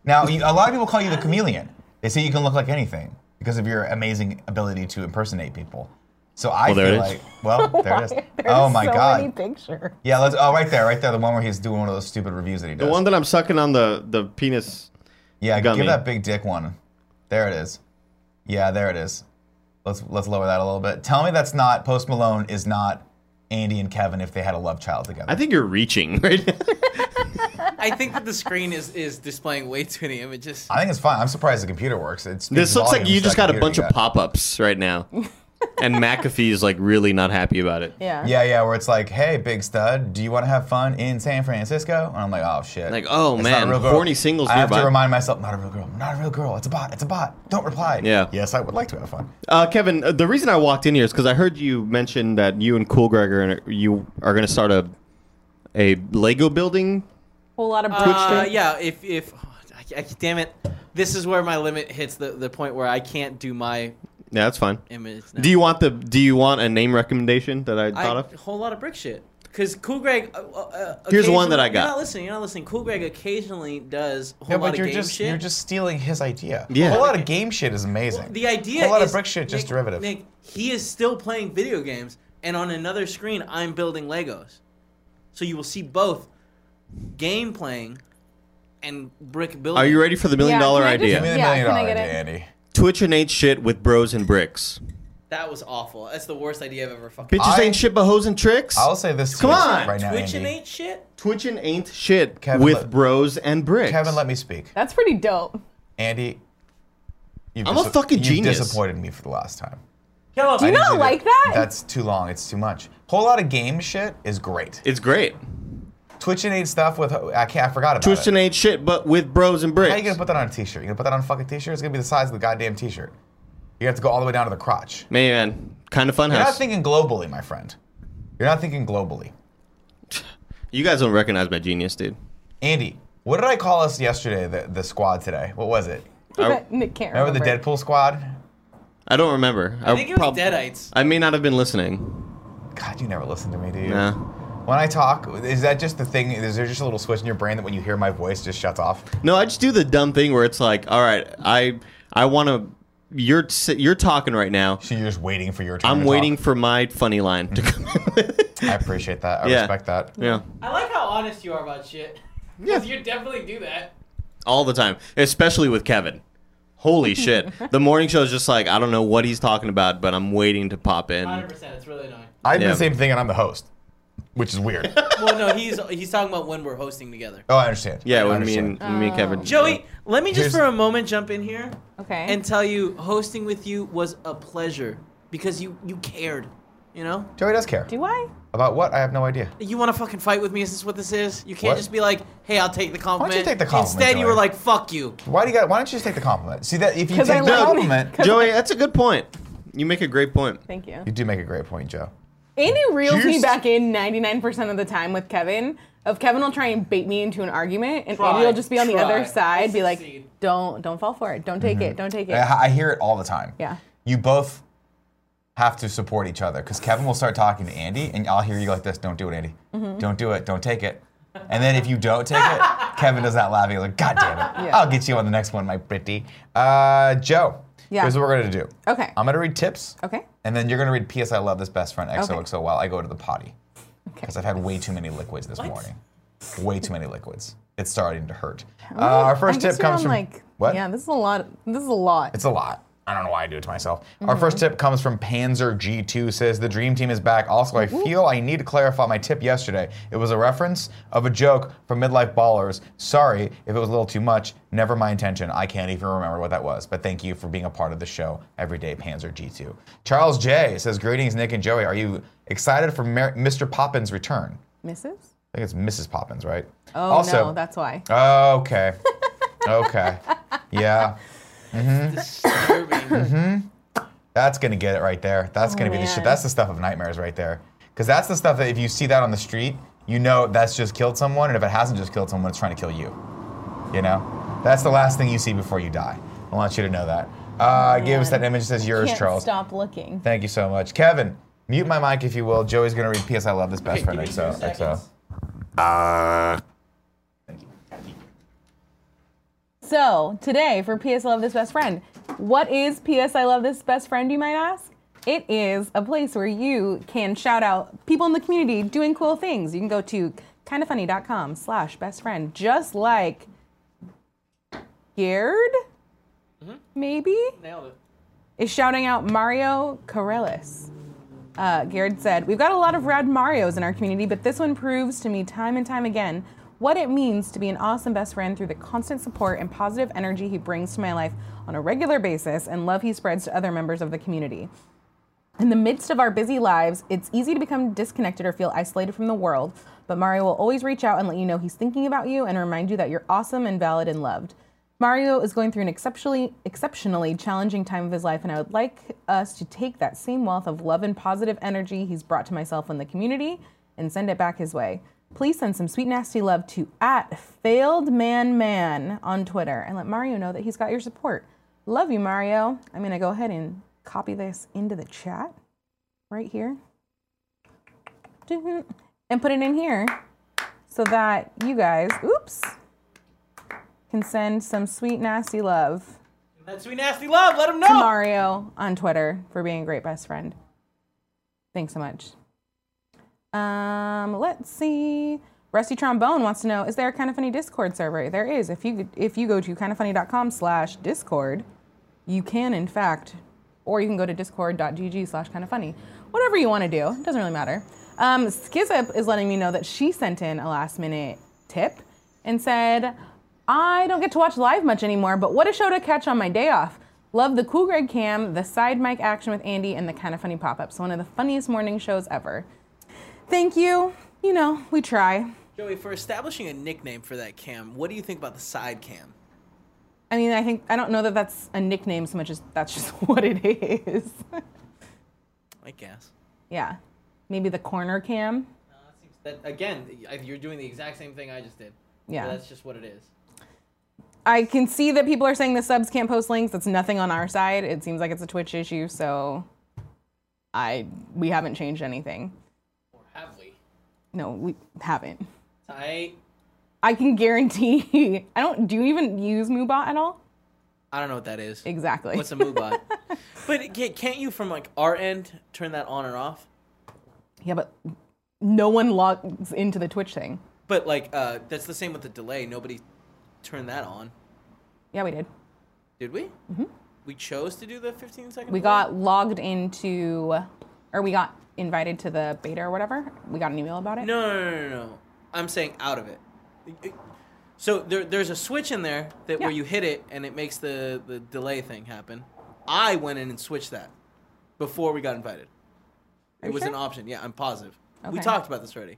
A: Now, you, a lot of people call you the chameleon. They say you can look like anything because of your amazing ability to impersonate people. So I
I: Well, there
A: feel
I: it is.
A: like, well, there it is.
B: [laughs] There's
A: oh my
B: so
A: God.
B: Many picture.
A: Yeah, let's. Oh, right there, right there. The one where he's doing one of those stupid reviews that he does.
I: the one that I'm sucking on the the penis.
A: yeah,
I: got
A: give
I: me.
A: that big dick one. There it is. Yeah, there it is. Let's let's lower that a little bit. Tell me that's not Post Malone is not Andy and Kevin if they had a love child together.
I: I think you're reaching, [laughs] right?
C: I think that the screen is is displaying way too many images.
A: I think it's fine. I'm surprised the computer works. It's
I: this looks like you just got a bunch of pop-ups right now, and McAfee is like really not happy about it.
B: Yeah.
A: Yeah, yeah, where it's like, hey, big stud, do you want to have fun in San Francisco? And I'm like, oh shit.
I: Like, oh,
A: It's
I: man,
A: not a real girl.
I: horny singles
A: I have to
I: nearby.
A: remind myself, not a real girl, not a real girl. It's a bot. It's a bot. Don't reply.
I: Yeah.
A: Yes, I would like to have fun.
I: Uh, Kevin, uh, the reason I walked in here is because I heard you mention that you and Cool Gregor and you are going to start a a Lego building.
B: Whole lot of
C: Uh,
B: Brewster.
C: yeah, if if I, I- damn it, this is where my limit hits the, the point where I can't do my
I: Yeah, that's fine.
C: image. Now.
I: Do you want the Do you want a name recommendation that I
C: uh, I,
I: thought of?
C: whole lot of brick shit. Because Cool Greg, uh, uh,
I: Here's one that I
C: occasionally-
I: got.
C: You're not listening. You're not listening. Cool Greg occasionally does a whole
A: Yeah,
C: lot
A: but
C: of
A: you're
C: game
A: just
C: shit.
A: you're just stealing his idea.
I: Yeah.
A: A whole lot of game shit is amazing.
C: the idea.
A: A whole lot
C: is,
A: of brick shit just
C: Nick-
A: derivative.
C: Nick, he is still playing video games, and on another screen, I'm building Legos. So you will see both game playing and brick building.
I: Are you ready for the million
B: Yeah,
I: dollar
B: can I just-
I: idea?
A: Give me the
B: Yeah,
A: million
B: can I
A: dollar
B: get
A: idea,
B: it?
A: Andy.
I: Twitch and ain't shit with bros and bricks.
C: That was awful. That's the worst idea I've ever fucking.
I: Bitches
A: I-
I: ain't shit but hoes and tricks.
A: I'll say this to
I: Come
A: you
I: on,
A: right now,
C: Twitch and
A: Andy.
C: ain't shit.
I: Twitch and ain't shit
A: Kevin,
I: with
A: let-
I: bros and bricks.
A: Kevin, let me speak.
B: That's pretty dope.
A: Andy, you've
I: I'm a fucking
A: you've
I: genius.
A: disappointed me for the last time.
C: Hello.
B: Do you
A: I
B: not
A: did it.
B: like that? [laughs]
A: That's too long. It's too much. Whole lot of game shit is great.
I: It's great.
A: Twitch and aid stuff with I can't. I forgot about
I: Twitch
A: it.
I: and ain't shit but with bros and bricks.
A: How you gonna put that on a t-shirt? You gonna put that on a fucking t-shirt? It's gonna be the size of the goddamn t-shirt. You have to go all the way down to the crotch.
I: Man, kind of
A: You're not
I: funhouse.
A: thinking globally, my friend. You're not thinking globally.
I: you guys don't recognize my genius, dude.
A: Andy, what did I call us yesterday? The, the squad today. What was it?
I: I,
B: Nick can't
A: Remember
B: remember.
A: the Deadpool squad?
I: I don't remember.
C: I think it was Deadites.
I: I may not have been listening.
A: God, you never listen to me, do you?
I: Nah.
A: When I talk, is that just the thing? Is there just a little switch in your brain that when you hear my voice, just shuts off?
I: No, I just do the dumb thing where it's like, all right, I I want to. You're si- you're talking right now.
A: So you're just waiting for your turn.
I: I'm
A: to
I: waiting
A: Talk.
I: for my funny line to come.
A: I appreciate that. I
I: Yeah.
A: respect that.
I: yeah,
C: I like how honest you are about shit. Because you definitely do that.
I: [laughs] all the time, especially with Kevin.
A: [laughs]
I: Holy shit! The morning show is just like I don't know what he's talking about, but I'm waiting to pop in.
C: 100%. It's really annoying.
A: I do
I: Yeah.
A: the same thing, and I'm the host, which is weird.
C: Well, no, he's he's talking about when we're hosting together.
A: oh, I understand.
I: Yeah,
A: I
I: when me
A: understand.
I: and me and Kevin.
C: Joey, let me just
A: Here's-
C: for a moment jump in here
B: Okay.
C: and tell you hosting with you was a pleasure because you you cared, you know?
A: Joey does care
B: Do I?
A: about what? I have no idea.
C: You want to fucking fight with me? Is this what this is? You can't
A: What?
C: just be like, "Hey, I'll take the compliment."
A: take the compliment,
C: Instead,
A: Joey?
C: you were like,
A: [laughs]
C: "Fuck you."
A: Why do you got? Why don't you just take the compliment? See that if you
B: 'Cause I
A: take the
B: love-
I: [laughs]
A: compliment,
I: Joey, that's a good point. You make a great point.
B: Thank you.
A: you do make a great point, Joe.
B: Andy reels me
A: Juiced.
B: back in 99% of the time with Kevin. Of Kevin will try and bait me into an argument, and
C: Try,
B: Andy will just be on the
C: try.
B: other side, be
C: Succeed.
B: like, "Don't, don't fall for it. Don't take
A: Mm-hmm.
B: it. Don't take it."
A: I, I hear it all the time.
B: Yeah.
A: You both have to support each other because Kevin will start talking to Andy, and I'll hear you like this: "Don't do it, Andy.
B: Mm-hmm.
A: Don't do it. Don't take it." And then if you don't
B: [laughs]
A: take it, Kevin does that laughing like, "God damn it!
B: Yeah.
A: I'll get you on the next one, my pretty." Uh, Joe.
B: Yeah.
A: Here's what we're gonna do.
B: Okay.
A: I'm gonna read tips.
B: Okay.
A: And then you're gonna read "P.S. I love this best friend XOXO" while I go to the potty
B: Okay.
A: because I've had way too many liquids this morning. Way too many liquids. It's starting to hurt. Uh, our first
B: I guess
A: tip
B: you're
A: comes
B: on,
A: from
B: like,
A: what?
B: Yeah, this is a lot. This is a lot.
A: It's a lot. I don't know why I do it to myself.
B: Mm-hmm.
A: Our first tip comes from Panzer G2 says the dream team is back. Also, I feel I need to clarify my tip yesterday. It was a reference of a joke from Midlife Ballers. Sorry if it was a little too much. Never my intention. I can't even remember what that was. But thank you for being a part of the show every day, Panzer G2. Charles J says greetings Nick and Joey. Are you excited for Mer- Mr. Poppins' return?
B: Mrs.
A: I think it's Mrs. Poppins, right?
B: Oh no, that's why.
A: Okay. okay. Yeah.
C: [laughs] Disturbing.
A: That's gonna get it right there. That's gonna be the
B: Oh, man.
A: shit. That's the stuff of nightmares right there. Because that's the stuff that if you see that on the street, you know that's just killed someone, and if it hasn't just killed someone, it's trying to kill you. You know, that's the last thing you see before you die. I want you to know that. Uh, give us that
B: Oh, man.
A: image that says yours,
B: Can't
A: Charles.
B: stop looking.
A: Thank you so much, Kevin. Mute my mic if you will. Joey's gonna read "P.S. I Love This Best
C: Hey,
A: Friend."
C: give me two
A: XO, XO.
C: seconds.
B: So today for PS I Love This Best Friend, what is PS I Love This Best Friend? You might ask. It is a place where you can shout out people in the community doing cool things. You can go to kindoffunny.com slash best friend, just like Geared, maybe?
C: Nailed it.
B: is shouting out Mario Corellis. Uh, Garrett said, We've got a lot of rad Marios in our community, but this one proves to me time and time again what it means to be an awesome best friend through the constant support and positive energy he brings to my life on a regular basis and love he spreads to other members of the community. In the midst of our busy lives, it's easy to become disconnected or feel isolated from the world, but Mario will always reach out and let you know he's thinking about you and remind you that you're awesome and valid and loved. Mario is going through an exceptionally exceptionally challenging time of his life, and I would like us to take that same wealth of love and positive energy he's brought to myself and the community and send it back his way. Please send some sweet nasty love to at failed man man on Twitter and let Mario know that he's got your support. Love you, Mario. I'm gonna go ahead and copy this into the chat right here Doot. and put it in here so that you guys, oops, can send some sweet, nasty love
C: That's sweet nasty love. Let him know.
B: to Mario on Twitter for being a great best friend. Thanks so much. Um, let's see. Rusty Trombone wants to know: Is there a kind of funny Discord server? There is. If you if you go to kindoffunny.com/discord, you can in fact, or you can go to discord.gg/kindoffunny. Whatever you want to do, it doesn't really matter. Um, Skizip is letting me know that she sent in a last minute tip and said, "I don't get to watch live much anymore, but what a show to catch on my day off." Love the Cool Greg Cam, the side mic action with Andy, and the kind of funny pop ups. One of the funniest morning shows ever. Thank you. You know, we try.
C: Joey, for establishing a nickname for that cam, what do you think about the side cam?
B: I mean, I think, I don't know that that's a nickname so much as that's just [laughs] what it is.
C: I guess.
B: yeah. Maybe the corner cam.
C: No, that seems that again. I- You're doing the exact same thing I just did.
B: Yeah.
C: that's just what it is.
B: I can see that people are saying the subs can't post links. That's nothing on our side. It seems like it's a Twitch issue, so I we haven't changed anything.
C: Or have we?
B: No, we haven't.
C: I
B: I can guarantee. [laughs] I don't. Do you even use Mubot at all?
C: I don't know what
B: [laughs]
C: that is.
B: Exactly.
C: What's a moobot? but ca- can't you from like our end turn that on and off?
B: Yeah, but no one logs into the Twitch thing.
C: But like uh, that's the same with the delay. Nobody turned that on,
B: Yeah, we did.
C: did we? Mm-hmm. We chose to do the 15 second.
B: We
C: delay?
B: got logged into, or we got invited to the beta or whatever. We got an email about it.
C: No, no, no, no, no. I'm saying out of it. So there, there's a switch in there that where
B: Yeah.
C: you hit it and it makes the, the delay thing happen. I went in and switched that before we got invited.
B: Are
C: it
B: you
C: was an
B: sure?
C: option. Yeah, I'm positive. We
B: Okay.
C: talked about this already.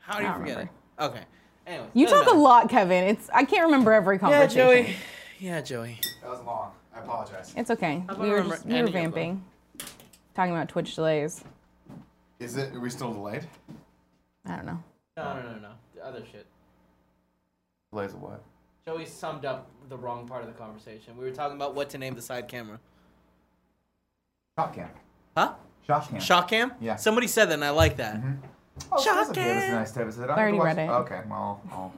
C: How do
B: I
C: you
B: don't
C: forget it? Okay. Anyway,
B: You talk a lot, Kevin. It's I can't remember every
C: Yeah,
B: conversation.
C: Joey. Yeah, Joey.
A: That was long. I apologize.
B: It's okay.
C: about
B: We were,
C: remember
B: just, we were
C: any of them?
B: vamping, talking about Twitch delays.
A: Is it? Are we still delayed?
B: I don't know.
C: No, no, no, no. The other shit.
A: Delays of what?
C: Joey summed up the wrong part of the conversation. We were talking about what to name the side camera.
A: Shot cam.
C: Huh?
A: Shot cam.
C: Shock cam?
A: Yeah.
C: Somebody said that and I like that.
B: Mm-hmm.
A: Oh, that's a
C: Shocking.
A: good- that's a nice tip. Is it- I
B: already
A: have to
B: read it.
A: watch- Okay, well, well.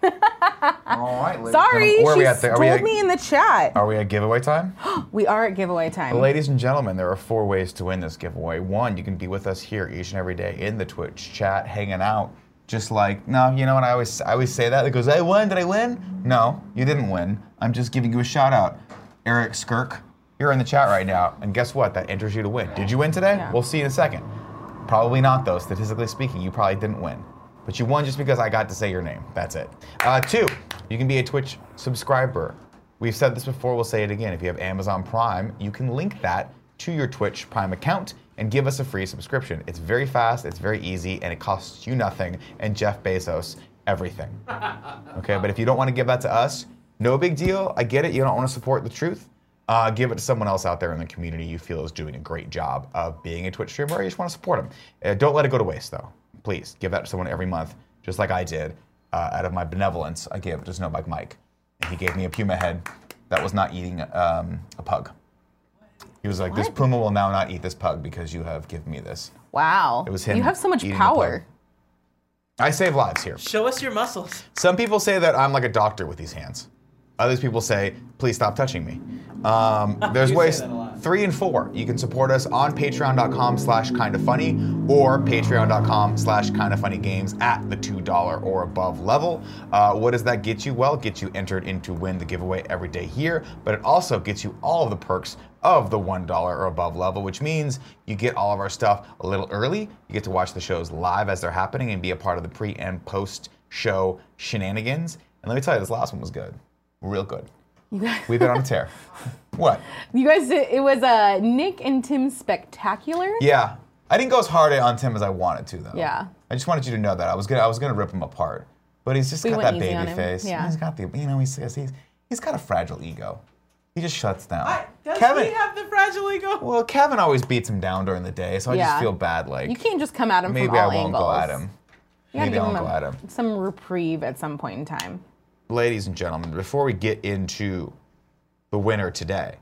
B: [laughs]
A: all right. Ladies
B: Sorry,
A: and gentlemen. Where are
B: she
A: we at there? Are we
B: told
A: at, Oh.
B: me in the chat.
A: are we at giveaway time? [gasps]
B: We are at giveaway time.
A: ladies and gentlemen, there are four ways to win this giveaway. One, you can be with us here each and every day in the Twitch chat, hanging out. Just like, no, you know what I always I always say that. That goes, I won, did I win? No, you didn't win. I'm just giving you a shout out. Eric Skirk, you're in the chat right now, and guess what? That enters you to win. Did you win today?
B: Yeah.
A: We'll see in a second. Probably not, though. Statistically speaking, you probably didn't win. But you won just because I got to say your name. That's it. Uh, two, you can be a Twitch subscriber. We've said this before, we'll say it again. If you have Amazon Prime, you can link that to your Twitch Prime account and give us a free subscription. It's very fast, it's very easy, and it costs you nothing and Jeff Bezos everything. Okay, but if you don't want to give that to us, no big deal. I get it. You don't want to support the truth. Uh, give it to someone else out there in the community you feel is doing a great job of being a Twitch streamer or you just want to support them. Uh, don't let it go to waste, though. Please give that to someone every month, just like I did. Uh, out of my benevolence, I gave it to Snowbike Mike. And he gave me a puma head that was not eating um, a pug. He was like, This puma will now not eat this pug because you have given me this.
B: Wow.
A: It was him
B: You have so much
A: eating the
B: power.
A: I save lives here.
C: Show us your muscles.
A: Some people say that I'm like a doctor with these hands. Others people say, please stop touching me. Um, there's
C: [laughs] You say
A: ways
C: that a lot.
A: three and four. You can support us on patreon.com slash kind of funny or patreon.com slash kind of funny games at the $2 or above level. Uh, what does that get you? Well, it gets you entered into win the giveaway every day here, but it also gets you all of the perks of the $1 or above level, which means you get all of our stuff a little early. You get to watch the shows live as they're happening and be a part of the pre and post show shenanigans. And let me tell you, this last one was good. Real good.
B: You guys,
A: We've been on a tear. what?
B: you guys did, it was uh, Nick and Tim Spectacular.
A: Yeah. I didn't go as hard on Tim as I wanted to though.
B: Yeah.
A: I just wanted you to know that. I was gonna I was gonna rip him apart. But he's just
B: We
A: got
B: went
A: that
B: easy on
A: baby
B: him,
A: face.
B: yeah.
A: He's got the you know, he's he's he's got a fragile ego. He just shuts down.
C: I, does
A: Kevin
C: he have the fragile ego?
A: Well, Kevin always beats him down during the day, so I
B: Yeah.
A: just feel bad like
B: You can't just come at him
A: maybe
B: from all
A: I won't
B: angles.
A: go at him.
B: You gotta
A: Maybe
B: give
A: I
B: him
A: won't go
B: a-
A: at him.
B: Some reprieve at some point in time.
A: ladies and gentlemen, before we get into the winner today,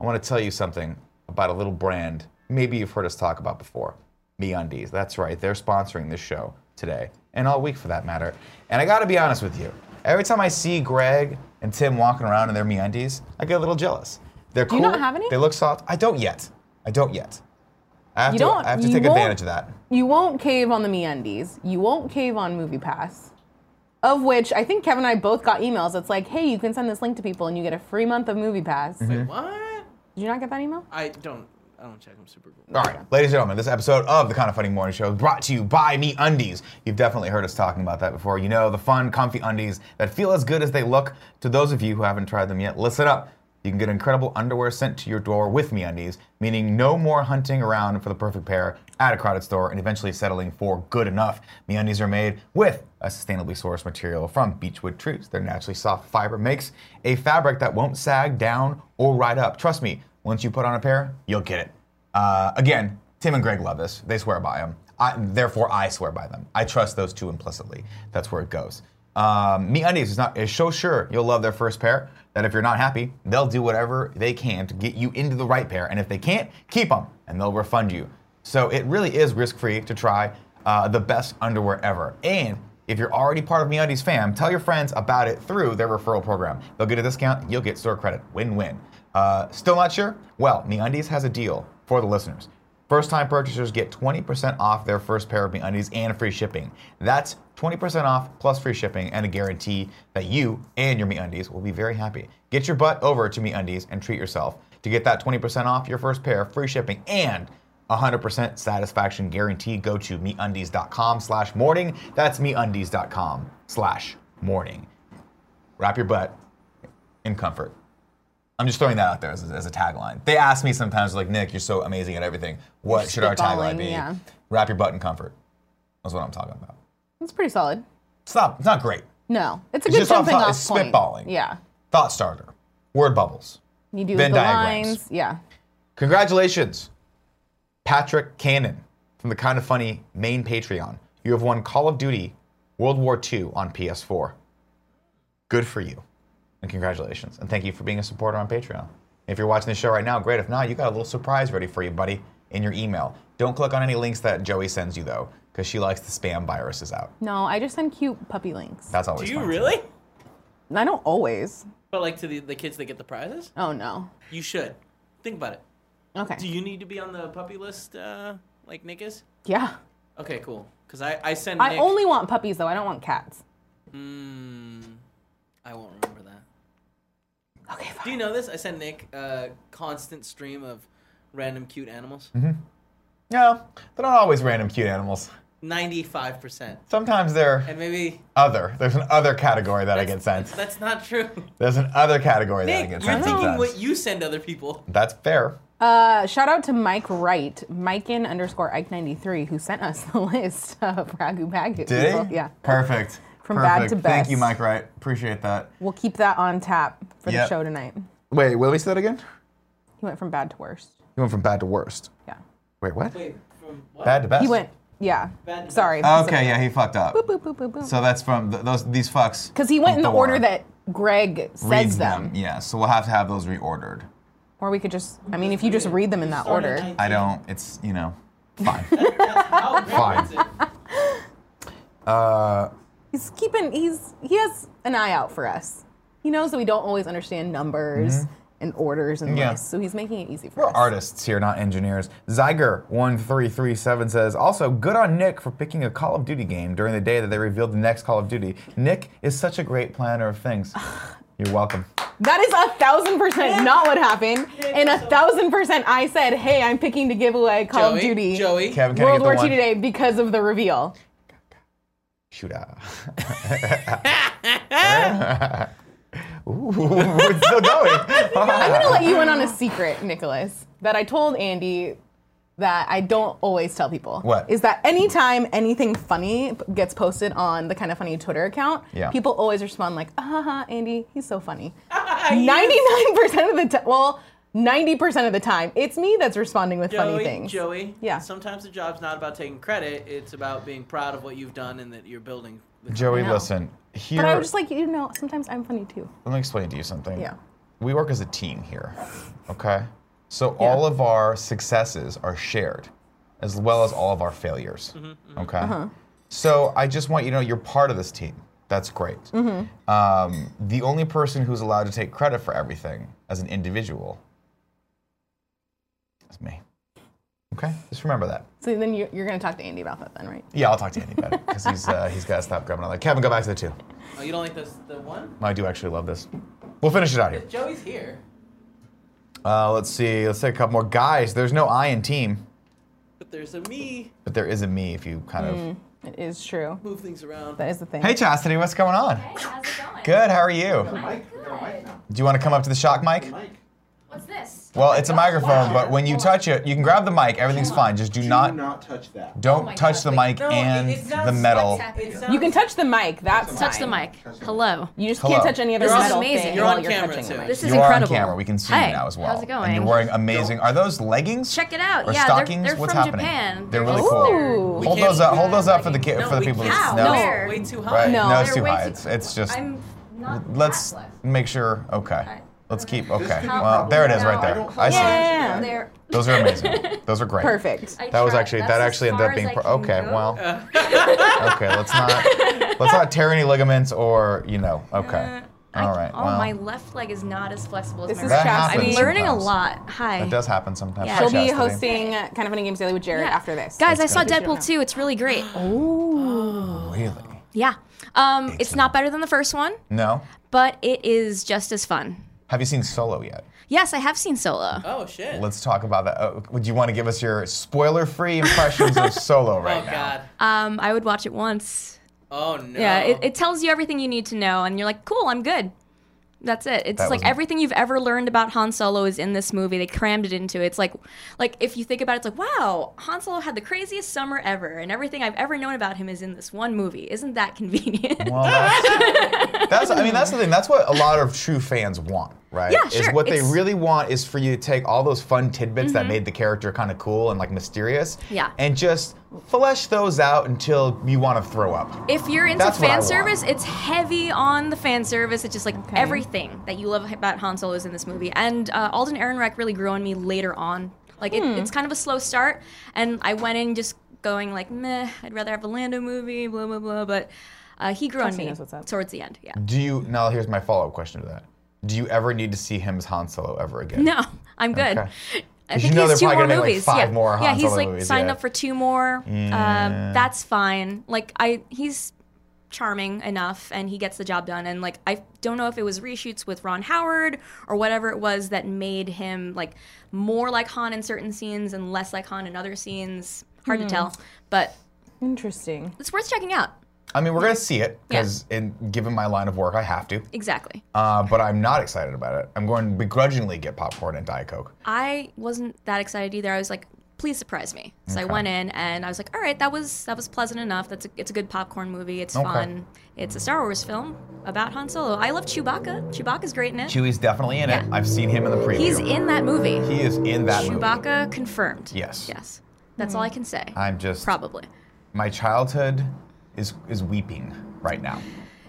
A: I want to tell you something about a little brand maybe you've heard us talk about before MeUndies. That's right, they're sponsoring this show today and all week for that matter. And I got to be honest with you, every time I see Greg and Tim walking around in their MeUndies, I get a little jealous. They're
B: you
A: cool.
B: not have any?
A: They look soft. I don't yet. I don't yet. I have
B: You
A: to.
B: don't-
A: I have to
B: you
A: take
B: won't-
A: advantage of that.
B: You won't cave on the MeUndies. You won't cave on MoviePass. Of which I think Kevin and I both got emails. It's like, hey, you can send this link to people and you get a free month of MoviePass.
A: Mm-hmm.
B: Did
C: Wait, what?
B: you not get that email?
C: I don't. I don't check them super cool.
A: All right, ladies and gentlemen, this episode of the Kind of Funny Morning Show is brought to you by Me Undies. You've definitely heard us talking about that before. You know, the fun, comfy undies that feel as good as they look. To those of you who haven't tried them yet, listen up. You can get incredible underwear sent to your door with Me Undies, meaning no more hunting around for the perfect pair at a crowded store and eventually settling for good enough. Me Undies are made with a sustainably sourced material from Beechwood Trees. Their naturally soft fiber makes a fabric that won't sag down or ride up. Trust me, once you put on a pair, you'll get it. Uh, again, Tim and Greg love this. They swear by them. I, therefore, I swear by them. I trust those two implicitly. That's where it goes. Um, Me Undies is not is so sure you'll love their first pair that if you're not happy, they'll do whatever they can to get you into the right pair. And if they can't, keep them and they'll refund you. So it really is risk free to try uh, the best underwear ever. And if you're already part of MeUndies fam, tell your friends about it through their referral program. They'll get a discount. You'll get store credit. Win-win. Uh, still not sure? Well, MeUndies has a deal for the listeners. First-time purchasers get 20% off their first pair of MeUndies and free shipping. That's 20% off plus free shipping and a guarantee that you and your MeUndies will be very happy. Get your butt over to MeUndies and treat yourself. To get that 20% off your first pair, free shipping, and 100% satisfaction guarantee, go to meundies.com slash morning. That's meundies.com slash morning. Wrap your butt in comfort. I'm just throwing that out there as a, as a tagline. They ask me sometimes, like, Nick, you're so amazing at everything. What should our tagline
B: spitballing,
A: be?
B: yeah.
A: Wrap your butt in comfort. That's what I'm talking about.
B: It's pretty solid.
A: It's not, it's not great.
B: No, it's a
A: It's
B: good
A: just off
B: jumping
A: thought.
B: off
A: It's
B: point.
A: spitballing.
B: Yeah,
A: Thought starter. Word bubbles.
B: you do
A: Venn
B: the
A: diagrams.
B: lines. Yeah,
A: Congratulations, Patrick Cannon from the Kind of Funny main Patreon. You have won Call of Duty World War II on PS4. Good for you. And congratulations. And thank you for being a supporter on Patreon. If you're watching the show right now, great. If not, you got a little surprise ready for you, buddy, in your email. Don't click on any links that Joey sends you, though, because she likes to spam viruses out.
B: no, I just send cute puppy links.
A: That's always
C: Do you
A: fun.
C: really?
B: I don't always.
C: But like to the, the kids that get the prizes,
B: Oh no.
C: you should think about it.
B: Okay.
C: Do you need to be on the puppy list, uh, like Nick is?
B: yeah.
C: Okay, cool. Cause I I send.
B: I
C: Nick- Hmm,
B: only want puppies though. I don't want cats.
C: Mm, I won't remember that.
B: Okay,
C: Do
B: fine.
C: you know this? I send Nick a constant stream of random cute animals.
A: No, they're not always random cute animals.
C: 95%.
A: Sometimes they're
C: And maybe
A: other. There's an other category that I
C: that's-
A: get sent.
C: That's not true.
A: There's an other category that I
C: Nick,
A: get
C: you're
A: sent
C: thinking
A: sometimes.
C: what you send other people.
A: That's fair.
B: Uh, shout out to Mike Wright, Mikein underscore Ike ninety three, who sent us [laughs] the list of Ragu Bagu.
A: Did
B: people.
A: he?
B: Yeah,
A: Perfect.
B: From bad
A: Perfect.
B: to
A: Thank
B: best.
A: you, Mike Wright. Appreciate that.
B: we'll keep that on tap for the
A: Yep.
B: show tonight.
A: Wait, will we say that again?
B: He went from bad to worst.
A: You went from bad to worst.
B: Yeah,
A: Wait, what?
C: Wait, from what?
A: Bad to best.
B: he went. Yeah,
C: Bad to
B: sorry.
A: Okay, yeah, he fucked up.
B: Boop boop boop boop.
A: So that's from th- those these fucks.
B: Because he went in the
A: Thor
B: order that Greg says
A: reads
B: them.
A: Yeah, so we'll have to have those reordered.
B: Or we could just, I mean, if you just read them in that order.
A: I don't. It's you know, fine.
C: How
A: Fine.
C: is it?
A: uh,
B: He's keeping, he's, he has an eye out for us. He knows that we don't always understand numbers and orders and
A: Mm-hmm. Yeah.
B: lists, so he's making it easy for
A: we're
B: us.
A: artists here, not engineers. Zyger one three three seven says also good on Nick for picking a Call of Duty game during the day that they revealed the next Call of Duty. Nick is such a great planner of
B: [sighs]
A: things. You're welcome.
B: That is a thousand percent not what happened. And a thousand percent I said, hey, I'm picking to give away Call
C: Joey,
B: of Duty
C: Joey.
A: Kevin, can
B: World
A: I
B: War
A: get the
B: II
A: one?
B: today because of the reveal.
A: Shoot ah. Ooh, it's still going.
B: I'm gonna let you in on a secret, Nicholas, that I told Andy that I don't always tell people.
A: What?
B: Is that anytime anything funny p- gets posted on the kind of funny Twitter account,
A: Yeah.
B: people always respond like, ah, ha, ha, Andy, he's so funny. 99% of the time, well, 90% of the time, it's me that's responding with funny
C: Joey,
B: things.
C: Joey.
B: Yeah.
C: Sometimes the job's not about taking credit. It's about being proud of what you've done and that you're building. the
A: Joey,
B: No.
A: listen. Here,
B: But I would just like you to know, sometimes I'm funny too.
A: let me explain to you something.
B: Yeah.
A: We work as a team here, okay? So all of our successes are shared, as well as all of our failures, okay? So I just want you to know you're part of this team. That's great. Um, the only person who's allowed to take credit for everything as an individual is me. Okay? Just remember that.
B: So then you're, you're gonna talk to Andy about that then, right?
A: Yeah, I'll talk to Andy about it because he's, uh, he's got to stop grabbing all that. Kevin, go back to the two.
C: Oh, you don't like this, the one?
A: I do actually love this. We'll finish it out here.
C: Joey's here.
A: Uh, let's see. Let's take a couple more guys. There's no I in team,
C: But there's a me.
A: but there is a me if you kind of.
B: It is true.
C: Move things around.
B: That is the thing.
A: Hey, Chastity, what's going on?
J: Hey, how's it going?
A: Good. How are you?
J: Mike, we got a mic now.
A: Do you want to come up to the shock mic?
J: What's this?
A: Well, it's a microphone, but when you
J: Hold on.
A: touch it, you can grab the mic. Everything's fine. Just do not,
H: touch that.
A: don't
J: my
A: touch the
J: God,
A: mic
C: No, it-
A: and
C: it sounds
A: the metal.
J: What's happening?
C: It sounds-
B: You can touch the mic. That's
J: Touch the
B: fine.
J: mic. Hello.
B: You just
A: Hello.
B: can't touch any other
J: This is
B: metal
J: amazing.
B: thing
J: You're
B: while
C: on
B: you're
C: camera,
B: touching
C: too.
B: the mic.
J: This is
A: You are on
J: incredible.
A: camera. We can see
J: Hey,
A: you now as well.
J: How's it going?
A: And you're wearing amazing. Are those leggings?
J: Check it out.
A: Or
J: yeah, they're-
A: stockings?
J: They're,
A: What's
J: from
A: happening?
J: Japan.
A: They're really
J: just-
A: cool.
B: Ooh.
A: Hold
C: can't
A: those up.
C: wear
A: Hold those up for the
J: leggings.
A: ki-
C: No,
A: for the
C: we
A: people.
C: can't.
A: that's-
J: No.
A: no,
J: Where?
C: Way too high.
A: Right.
B: No.
A: No,
J: They're
A: it's too
J: way
A: high.
J: too-
A: It's, it's just.
J: I'm not
A: Let's
J: that left.
A: make sure. Okay. Let's keep. Okay.
J: could be
A: Well, there it is
J: problematic.
A: right there.
J: No,
A: I see.
B: Yeah.
J: They're
A: Those are amazing. Those are great.
B: Perfect.
J: I
A: That was
J: tried.
A: actually
J: That's
A: that
J: as
A: actually ended
J: far
A: up
J: as
A: being
J: I
A: pro-
J: can
A: okay.
J: go.
A: Well,
J: [laughs]
A: okay. Let's not let's not tear any ligaments or you know. Okay.
J: Uh, I-
A: All right.
J: Oh,
A: Well,
J: my left leg is not as flexible as
B: This
J: my
B: is
J: right.
A: That
J: I'm
A: happens
J: learning a
A: sometimes.
J: lot. Hi.
A: it does happen sometimes.
J: Yeah.
B: She'll be
A: Chastity.
B: hosting uh, Kind of Funny Games Daily with Jared
J: Yeah.
B: after this.
J: Guys, I saw
B: good.
J: Deadpool 2. It's really
A: [gasps]
J: great.
A: Oh. Really?
J: Yeah. Um, it's not better than the first one,
A: No.
J: but it is just as fun.
A: Have you seen Solo yet?
J: Yes, I have seen Solo.
C: Oh, shit.
A: Let's talk about that. Oh, would you want to give us your spoiler-free impressions of Solo
C: oh,
A: right now?
C: God.
J: Um, I would watch it once.
C: Oh, no.
J: Yeah, it, it tells you everything you need to know, and you're like, cool, I'm good. That's it. It's
A: That
J: like
A: was-
J: everything you've ever learned about Han Solo is in this movie. They crammed it into it. It's like, like if you think about it, it's like, wow, Han Solo had the craziest summer ever, and everything I've ever known about him is in this one movie. Isn't that [laughs] convenient?
A: Well, that's,
J: [laughs]
A: that's- I mean, that's the thing. That's what a lot of true fans want, right?
J: Yeah,
A: Is
J: sure.
A: what they
J: It's- Mm-hmm.
A: really want is for you to take all those fun tidbits that made the character kind of cool and like mysterious,
J: Yeah.
A: and just flesh those out until you want to throw up.
J: If you're into
A: That's what I
J: fan
A: want.
J: service, it's heavy on the fan service. It's just like everything that you love about Han Solo is in this movie. And uh, Alden Ehrenreich really grew on me later on. Like it,
B: Hmm.
J: it's kind of a slow start, and I went in just going like, meh. I'd rather have a Lando movie, blah blah blah. But uh, he grew on
B: Trusty
J: me
B: knows what's up.
J: towards the end. Yeah.
A: Do you now? Here's my follow-up question to that. Do you ever need to see him as Han Solo ever again?
J: [laughs] No, I'm good.
A: Okay.
J: I
A: 'Cause
J: think
A: you know
J: he's two
A: they're probably
J: more
A: gonna make, like,
J: movies.
A: five
J: yeah,
A: more Han
J: yeah, he's
A: Solo
J: like
A: movies, Mm.
J: signed
A: yeah.
J: up for two more.
A: Yeah.
J: Uh, that's fine. Like I, he's charming enough and he gets the job done and like i don't know if it was reshoots with ron howard or whatever it was that made him like more like han in certain scenes and less like han in other scenes hard to tell but
B: Interesting.
J: it's worth checking out
A: I mean, we're gonna see it because, given my line of work, I have to.
J: exactly
A: Uh, but I'm not excited about it. I'm going to begrudgingly get popcorn and diet coke.
J: I wasn't that excited either. I was like, please surprise me. So I went in and I was like, all right, that was that was pleasant enough. That's a, it's a good popcorn movie. It's
A: Okay.
J: fun. It's a Star Wars film about Han Solo. I love Chewbacca. Chewbacca's great in it.
A: Chewie's definitely in it. I've seen him in the preview.
J: He's in that movie.
A: he is in that movie.
J: Chewbacca confirmed.
A: Yes.
J: Yes. That's all I can say.
A: I'm just
J: Probably.
A: my childhood is is weeping right now.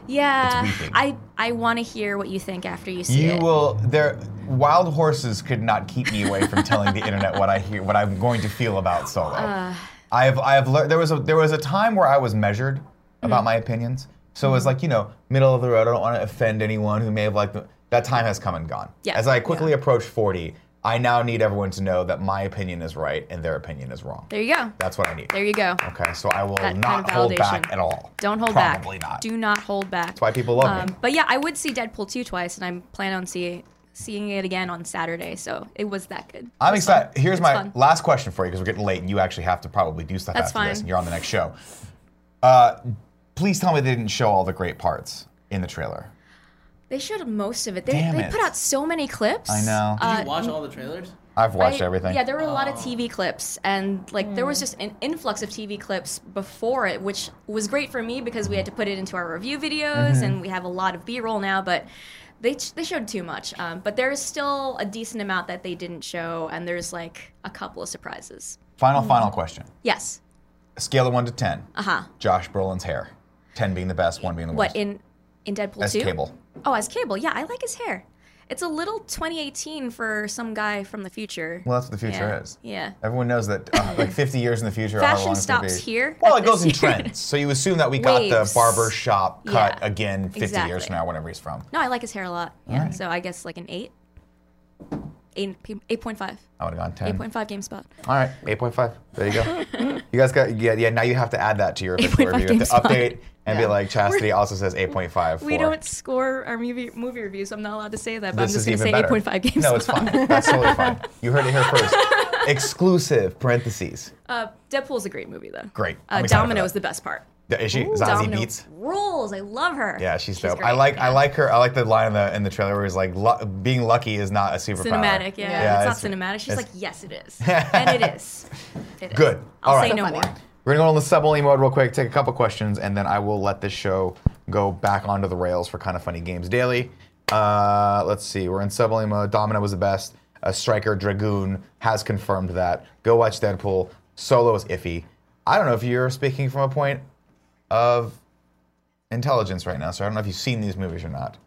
J: Yeah.
A: weeping.
J: I I want to hear what you think after you see
A: You
J: it.
A: will. There, wild horses could not keep me away from telling the internet what I hear, what I'm going to feel about Solo.
J: Uh.
A: I have, I have learned. There was a, there was a time where I was measured
J: Mm.
A: about my opinions. So it was like you know, middle of the road. I don't want to offend anyone who may have liked. The, that time has come and gone.
J: Yeah.
A: As I quickly approach 40, I now need everyone to know that my opinion is right and their opinion is wrong.
J: There you go.
A: That's what I need.
J: There you go.
A: Okay, so I will
J: That kind
A: not
J: of
A: hold
J: validation.
A: back at all.
J: Don't hold back.
A: Probably not.
J: Do not hold back. Um,
A: That's why people love me.
J: But yeah, I would see Deadpool 2 twice, and I plan on see, seeing it again on Saturday. So it was that good.
A: I'm excited. Here's
J: It's
A: my
J: fun.
A: last question for you because we're getting late and you actually have to probably do stuff
J: That's
A: after this
J: fine.
A: and you're on the next show. Uh, please tell me they didn't show all the great parts in the trailer.
J: They showed most of it. They,
A: Damn
J: they
A: it.
J: put out so many clips. Uh,
A: I know.
B: uh,
C: Did you watch all the trailers?
A: I've watched
J: I-
A: everything.
J: Yeah, there were a lot of TV clips, and like there was just an influx of TV clips before it, which was great for me because we had to put it into our review videos,
A: Mm-hmm.
J: and we have a lot of B-roll now. But they ch- they showed too much. Um, but there's still a decent amount that they didn't show, and there's like a couple of surprises.
A: final, final question.
J: Yes.
A: Scale of 1 to 10.
J: Uh huh.
A: Josh Brolin's hair. 10 being the best, 1 being the
J: What
A: worst.
J: in in Deadpool
A: As
J: two?
A: Cable.
J: Oh, as Cable. Yeah, I like his hair. It's a little 2018 for some guy from the future.
A: Well, that's what the future
J: yeah.
A: is.
J: Yeah.
A: Everyone knows that uh,
J: [laughs]
A: like 50 years in the future. however
J: Fashion
A: long it's gonna
J: stops
A: be-
J: here
A: Well,
J: at
A: it goes in
J: this year.
A: trends. So you assume that we got the
J: Waves.
A: barber shop cut
J: Yeah.
A: again 50 years
J: Exactly.
A: from now, whenever he's from.
J: No, I like his hair a lot. Yeah.
A: Alright.
J: So I guess like an eight. Eight, eight point five.
A: I would have gone 10.
J: Eight point five GameSpot.
A: All right, eight point five. There you go.
J: [laughs]
A: you guys got yeah yeah. Now you have to add that to your official
J: 8.5
A: review. You have to
J: GameSpot.
A: update and be
J: Yeah.
A: like chastity also says eight point five.
J: We don't score our movie movie reviews. So I'm not allowed to say that, but I'm just gonna say eight point five GameSpot.
A: No, it's fine. That's totally fine. You heard it
J: [laughs]
A: here first. Exclusive parentheses.
J: Uh, Deadpool's a great movie though.
A: Great.
J: Uh,
A: I'm excited for
J: Domino
A: that.
J: is the best part.
A: Is she Zazie
J: Domino
A: Beats?
J: rules. I love her.
A: Yeah, she's, dope. I
J: great,
A: like I
J: yeah.
A: like her. I like the line in the in the trailer where he's like, "Lu- "Being lucky is not a superpower."
J: Cinematic, yeah.
A: Yeah, it's-
J: it's, not cinematic. She's
A: it's-
J: like, yes, it
A: [laughs]
J: is, and it is. It is.
A: Good.
J: I'll
A: All
J: say
A: right.
J: no more.
A: We're gonna go on the sub-only mode real quick, take a couple questions, and then I will let this show go back onto the rails for kind of funny games daily. Uh, let's see, we're in sub-only mode. Domino was the best. A striker dragoon has confirmed that. Go watch Deadpool. Solo is iffy. I don't know if you're speaking from a point of intelligence right now, so I don't know if you've seen these movies or not.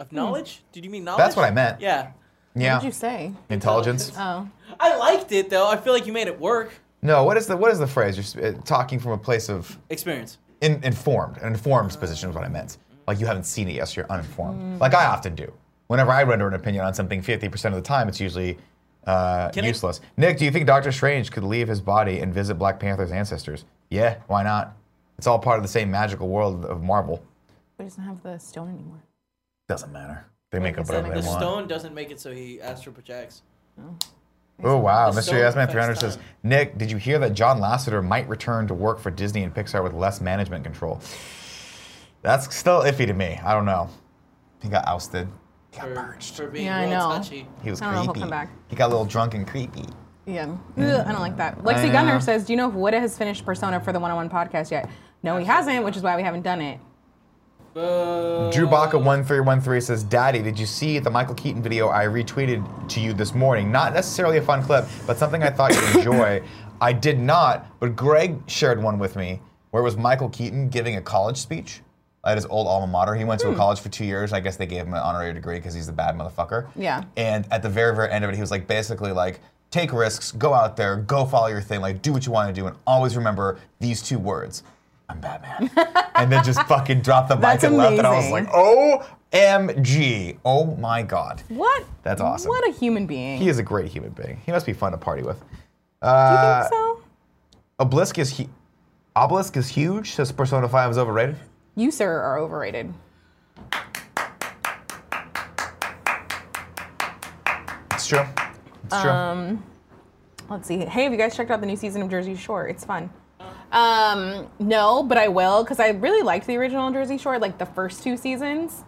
C: Of knowledge? Did you mean knowledge?
A: That's what I meant.
C: Yeah.
A: Yeah.
B: What'd you say?
A: Intelligence.
B: Oh.
C: I liked it though. I feel like you made it work.
A: No. What is the what is the phrase? You're sp- uh, talking from a place of
C: Experience.
A: in, informed. An informed position is what I meant. Like you haven't seen it yet, so you're uninformed.
C: Mm.
A: Like I often do. Whenever I render an opinion on something, 50% of the time, it's usually uh,
C: Can I-
A: useless. Nick, do you think Doctor Strange could leave his body and visit Black Panther's ancestors? Yeah, why not? It's all part of the same magical world of Marvel.
B: But he doesn't have the stone anymore.
A: Doesn't matter. They make up
C: It's like
A: whatever
C: the
A: they want.
C: stone doesn't make it so he astral projects.
A: Oh wow,
C: The
A: Mr.
C: stone
A: Yasman
C: affects
A: 300 says,
C: time.
A: Nick, did you hear that John Lasseter might return to work for Disney and Pixar with less management control? That's still iffy to me. I don't know. He got ousted. He got
C: For,
A: purged.
C: for being
B: Yeah, I
C: real
B: know.
C: touchy.
A: He was
B: I don't know if he'll
A: creepy.
B: come back.
A: He got a little drunk and creepy.
B: Yeah. Ugh, I don't like that.
A: I
B: Lexi Gunner
A: know.
B: says, Do you know if Wood has finished Persona for the one on one podcast yet? No, he hasn't, which is why we haven't done it.
C: Boo.
A: Drew Baca 1313 says, Daddy, did you see the Michael Keaton video I retweeted to you this morning? Not necessarily a fun clip, but something I thought you'd enjoy. I did not, but Greg shared one with me where it was Michael Keaton giving a college speech at his old alma mater. He went to a college for two years. I guess they gave him an honorary degree because he's a bad motherfucker.
B: Yeah.
A: And at the very, very end of it, he was like, basically, like, take risks, go out there, go follow your thing, like, do what you want to do, and always remember these two words. I'm Batman. and then just fucking dropped the mic
B: That's
A: and left. And I was
B: amazing.
A: like, OMG. Oh my God.
B: What?
A: That's awesome.
B: What a human being.
A: He is a great human being. He must be fun to party with.
B: Do you
A: Uh,
B: think so?
A: Obelisk is he. Obelisk is huge. Says Persona Five is overrated.
B: You, sir, are overrated.
A: It's true. It's true.
B: Um, Let's see. Hey, have you guys checked out the new season of Jersey Shore? It's fun. Um, no, but I will because I really liked the original Jersey Shore, like the first two seasons.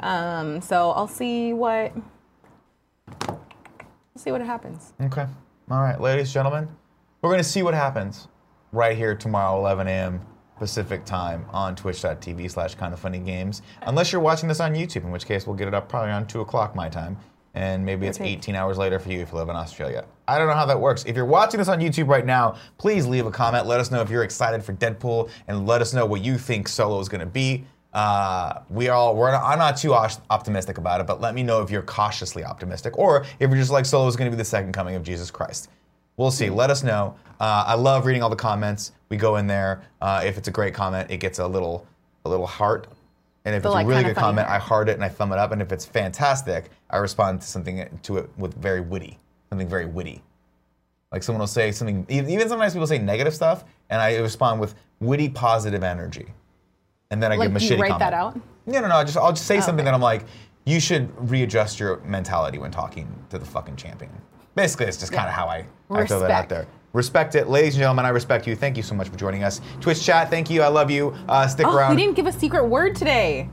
B: Um, so I'll see what. I'll see what happens.
A: Okay. All right, ladies, gentlemen, we're going to see what happens right here tomorrow, 11 a.m. Pacific time on twitch.tv slash kind of funny games. Unless you're watching this on YouTube, in which case we'll get it up probably around 2 o'clock my time. And maybe it's
B: Okay.
A: 18 hours later for you if you live in Australia. I don't know how that works. If you're watching this on YouTube right now, please leave a comment. Let us know if you're excited for Deadpool and let us know what you think Solo is going to be. Uh, we all we're not, I'm not too os- optimistic about it, but let me know if you're cautiously optimistic or if you're just like Solo is going to be the second coming of Jesus Christ. We'll see. Let us know. Uh, I love reading all the comments. We go in there. Uh, if it's a great comment, it gets a little a little heart. And if
B: The,
A: it's
B: like,
A: a really
B: kinda
A: good
B: funny
A: comment,
B: heart.
A: I heart it and I thumb it up. And if it's fantastic, I respond to something to it with very witty, something very witty. Like someone will say something. Even even sometimes people say negative stuff, and I respond with witty positive energy. And then I
B: Like,
A: give them a
B: do
A: shitty
B: you write
A: comment.
B: that out? Oh,
A: No, no, no. I just I'll just say something that I'm like, you should readjust your mentality when talking to the fucking champion. Basically, it's just kind of how I, I throw that out
B: Respect.
A: there. Respect it, ladies and gentlemen. I respect you. Thank you so much for joining us. Twitch chat, thank you. I love you. Uh, stick
B: Oh,
A: around.
B: we didn't give a secret word today.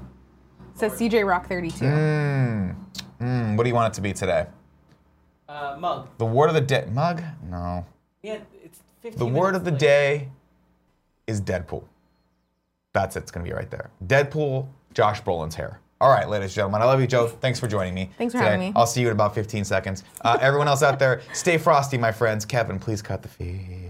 B: Says CJ Rock 32.
A: Mm, what do you want it to be today?
C: Uh, mug.
A: The word of the day. Mug? No.
C: Yeah, it's 15
A: The word of the day is Deadpool. That's it. It's gonna be right there. Deadpool. Josh Brolin's hair. All right, ladies and gentlemen, I love you, Joe. Thanks for joining me.
B: Thanks for
A: today.
B: having me.
A: I'll see you in about 15 seconds. Uh, everyone else out there, stay frosty, my friends. Kevin, please cut the feed.